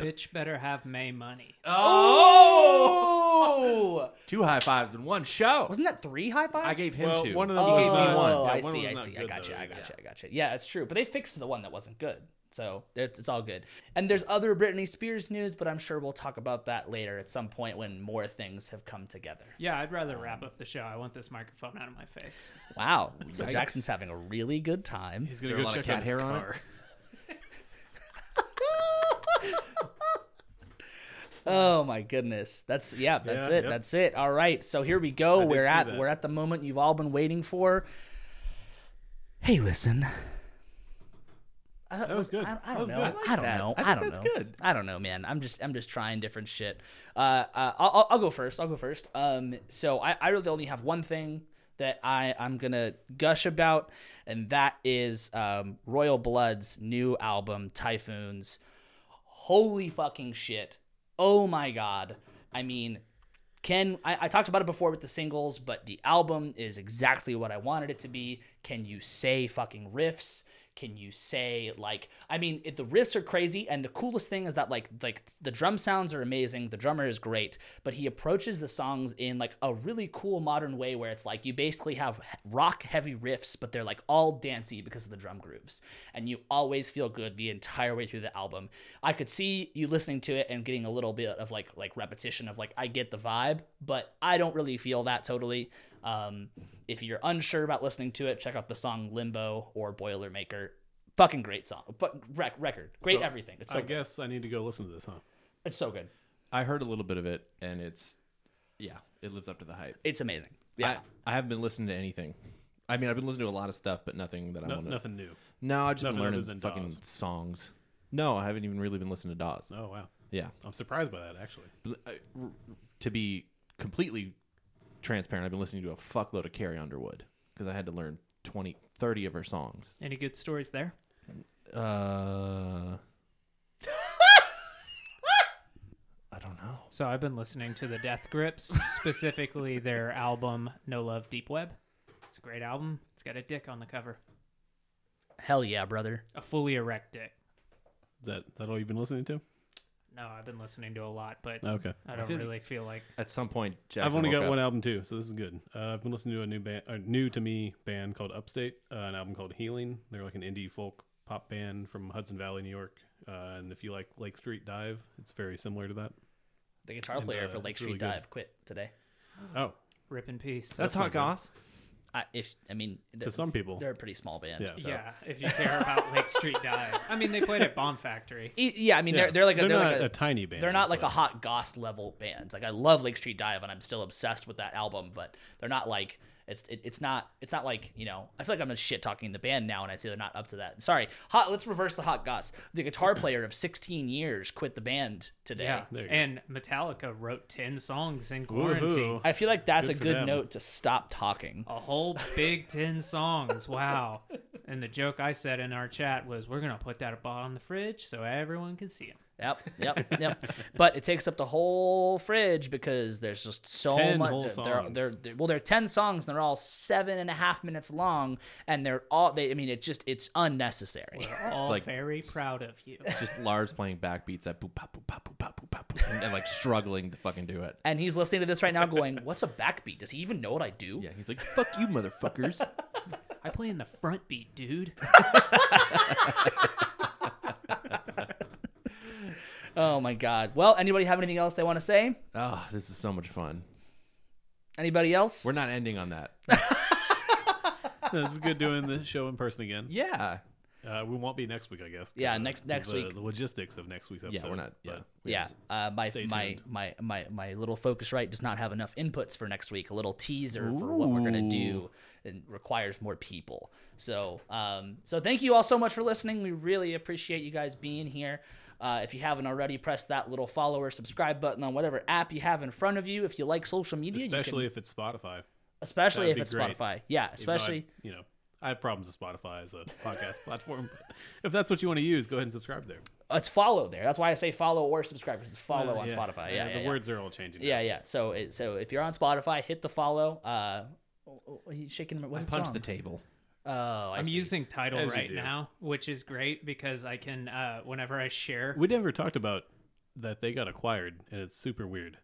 S4: Bitch better have May money.
S1: Oh!
S2: Two high fives in one show.
S1: Wasn't that three high fives?
S2: I gave him
S3: Well,
S2: two.
S3: one of them
S1: Oh,
S3: was not.
S1: oh,
S3: yeah,
S1: I
S3: one
S1: see,
S3: was
S1: I
S3: not
S1: see. I
S3: good,
S1: got you.
S3: though,
S1: I got
S3: yeah.
S1: you. I got you. Yeah, it's true. But they fixed the one that wasn't good, so it's, it's all good. And there's other Britney Spears news, but I'm sure we'll talk about that later at some point when more things have come together.
S4: Yeah, I'd rather wrap up the show. I want this microphone out of my face.
S1: Wow. So Jackson's having a really good time.
S3: He's
S2: Is
S3: gonna
S2: there a
S3: go
S2: lot of
S3: check out
S2: cat
S3: his
S2: hair on it?
S3: car.
S1: Oh my goodness. That's yeah, that's
S3: Yeah,
S1: it.
S3: yep.
S1: That's it. All right. So here we go. We're
S3: see
S1: at
S3: that.
S1: we're at the moment you've all been waiting for. Hey, listen. I, that
S3: was good.
S1: I, I
S3: That
S1: don't
S3: was
S1: know.
S3: good. I
S1: I don't know. I,
S2: I think
S1: don't
S2: that's
S1: know.
S2: good.
S1: I don't know, man. I'm just I'm just trying different shit. Uh, uh I'll, I'll- I'll go first. I'll go first. Um, so I, I really only have one thing that I I'm gonna gush about, and that is um Royal Blood's new album Typhoons. Holy fucking shit! Oh my god! I mean, can I, I talked about it before with the singles, but the album is exactly what I wanted it to be. Can you say fucking riffs? Can you say like I mean it, the riffs are crazy and the coolest thing is that like like the drum sounds are amazing, the drummer is great, but he approaches the songs in like a really cool modern way where it's like you basically have h- rock heavy riffs but they're like all dancey because of the drum grooves and you always feel good the entire way through the album. I could see you listening to it and getting a little bit of like like repetition of like I get the vibe, but I don't really feel that totally. Um, if you're unsure about listening to it, check out the song Limbo or Boilermaker. Fucking great song, but rec- record, great
S3: So,
S1: everything. It's so
S3: I
S1: good.
S3: guess I need to go listen to this, huh?
S1: it's so good.
S2: I heard a little bit of it, and it's yeah, it lives up to the hype.
S1: It's amazing. Yeah,
S2: I, I haven't been listening to anything. I mean, I've been listening to a lot of stuff, but nothing that I
S3: No,
S2: want to.
S3: nothing new.
S2: No, I've just been
S3: nothing other
S2: learning
S3: than
S2: fucking
S3: Dawes.
S2: songs. No, I haven't even really been listening to Dawes.
S3: Oh wow,
S2: Yeah, uh,
S3: I'm surprised by that actually.
S2: Bl- I- r- to be completely transparent. I've been listening to a fuckload of Carrie Underwood because I had to learn 20, 30 of her songs.
S4: Any good stories there?
S2: Uh, I don't know.
S4: So I've been listening to the Death Grips, specifically their album No Love Deep Web. It's a great album. It's got a dick on the cover,
S1: Hell yeah, brother.
S4: a fully erect dick.
S3: That that all you've been listening to? Oh,
S4: No, I've been listening to a lot, but
S3: Okay.
S4: I don't
S2: feel-
S4: really feel like
S2: At some point, Jackson
S3: I've only
S2: woke
S3: got
S2: up.
S3: one album too, so this is good. Uh, I've been listening to a new band, a new to me band called Upstate, uh, an album called Healing. They're like an indie folk pop band from Hudson Valley, New York. Uh, and if you like Lake Street Dive, it's very similar to that.
S1: The guitar
S3: And,
S1: player
S3: uh,
S1: for Lake
S3: it's
S1: Street
S3: really good.
S1: Dive quit today.
S3: Oh,
S4: rip in peace.
S2: That's hot goss.
S1: I, if I mean,
S3: to
S1: they're,
S3: some people,
S1: they're a pretty small band.
S3: yeah. So.
S4: Yeah, if you care about Lake Street Dive. I mean, they played at Bomb Factory.
S1: E- yeah. I mean, they're
S3: Yeah.
S1: they're like a, they're,
S3: not
S1: like a,
S3: a, tiny band.
S1: they're not like a
S3: but-
S1: hot goss level band. Like I love Lake Street Dive and I'm still obsessed with that album, but they're not like it's it, it's not it's not like you know I feel like I'm just shit talking the band now and I say they're not up to that. Sorry, hot. Let's reverse the hot goss. The guitar player of 16 years quit the band today.
S4: Yeah,
S3: There you go.
S4: and Metallica wrote ten songs in
S3: Woohoo.
S4: quarantine.
S1: I feel like that's
S3: Good
S1: a
S3: for
S1: good
S3: them.
S1: note to stop talking.
S4: A whole big ten songs. Wow. And the joke I said in our chat was, "We're gonna put that up on the fridge so everyone can see it."
S1: Yep, yep, yep. But it takes up the whole fridge because there's just so
S3: 10
S1: much.
S3: whole
S1: there, there,
S3: songs.
S1: there- there- well, there are ten songs and they're all seven and a half minutes long, and they're all. They, I mean, it's just it's unnecessary.
S4: We're all
S2: like-
S4: very proud of you.
S2: Just Lars playing backbeats at boop pop boop pop boop pop boop pop boop, and, and like struggling to fucking do it.
S1: And he's listening to this right now, going, "What's a backbeat? Does he even know what I do?"
S2: Yeah, he's like, "Fuck you, motherfuckers."
S4: I play in the front beat, dude.
S1: Oh my god. Well, anybody have anything else they want to say?
S2: oh, this is so much fun.
S1: Anybody else?
S2: We're not ending on that.
S3: this is good doing the show in person again.
S2: Yeah,
S3: Uh, we won't be next week, I guess. 'cause,
S1: Yeah,
S3: uh,
S1: next- next
S3: the,
S1: week.
S3: The logistics of next week's
S2: yeah,
S3: episode.
S2: we're not. Yeah,
S3: but
S2: we
S1: yeah,
S2: just-
S1: uh, my
S3: Stay
S1: my,
S3: tuned.
S1: my my my little focus right does not have enough inputs for next week. A little teaser for what we're gonna do and requires more people. So um, so thank you all so much for listening. We really appreciate you guys being here. Uh, if you haven't already, press that little follow or subscribe button on whatever app you have in front of you. If you like social media,
S3: especially
S1: you can,
S3: if it's Spotify.
S1: especially
S3: that'd
S1: if
S3: be
S1: it's
S3: great.
S1: Spotify. Yeah,
S3: Even though I-
S1: especially
S3: you know, I have problems with Spotify as a podcast platform. But if that's what you want to use, go ahead and subscribe there.
S1: it's follow there. That's why I say follow or subscribe because it's follow
S3: Uh,
S1: Oh, on
S3: yeah.
S1: Spotify.
S3: Uh,
S1: Yeah,
S3: the
S1: yeah, yeah.
S3: words are all changing. now.
S1: Yeah, yeah. So, it, so if you're on Spotify, hit the follow. Uh, oh, oh, he's shaking. my- What's
S2: punch
S1: wrong?
S2: the table.
S1: Oh, I
S4: I'm
S1: see.
S4: using title
S3: As you
S4: right
S3: do.
S4: now, which is great because I can, uh, whenever I share,
S3: We never talked about that they got acquired, and it's super weird.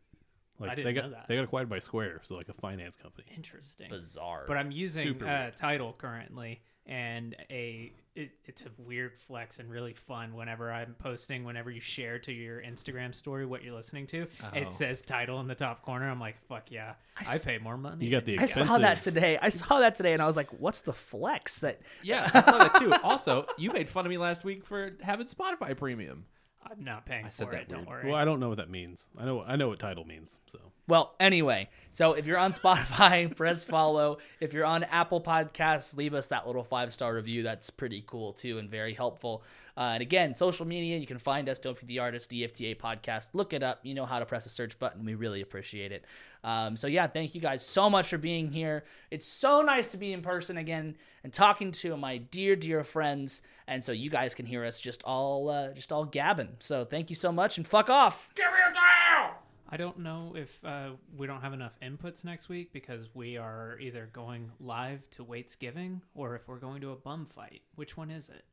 S3: Like
S4: I didn't
S3: they got
S4: know that.
S3: they got acquired by Square, so like a finance company.
S4: interesting.
S1: bizarre.
S4: but I'm using
S3: Super
S4: uh, title currently, and a it, it's a weird flex and really fun. Whenever I'm posting, whenever you share to your Instagram story what you're listening to,
S2: Oh.
S4: it says title in the top corner. I'm like, fuck yeah, I,
S1: s-
S4: pay more money.
S3: You got
S4: than
S3: the
S1: I
S3: expensive.
S1: saw that today. I saw that today, and I was like, "What's the flex that?"
S2: Yeah, I saw that too. Also, you made fun of me last week for having Spotify Premium.
S4: I'm not paying
S2: said
S4: for
S2: that
S4: it.
S2: weird.
S4: Don't worry.
S3: Well, I don't know what that means. I know I know what title means. So
S1: Well, anyway, so if you're on Spotify, press follow. If you're on Apple Podcasts, leave us that little five star review. That's pretty cool too, and very helpful. Uh, and again, social media, you can find us. Don't feed the artist, DFTA podcast. Look it up. You know how to press a search button. We really appreciate it. Um, so yeah, thank you guys so much for being here. It's so nice to be in person again and talking to my dear, dear friends. And so you guys can hear us just all, uh, just all gabbing. So thank you so much, and fuck off.
S5: Give me a dial!
S4: I don't know if uh, we don't have enough inputs next week because we are either going live to Waitsgiving or if we're going to a bum fight. Which one is it?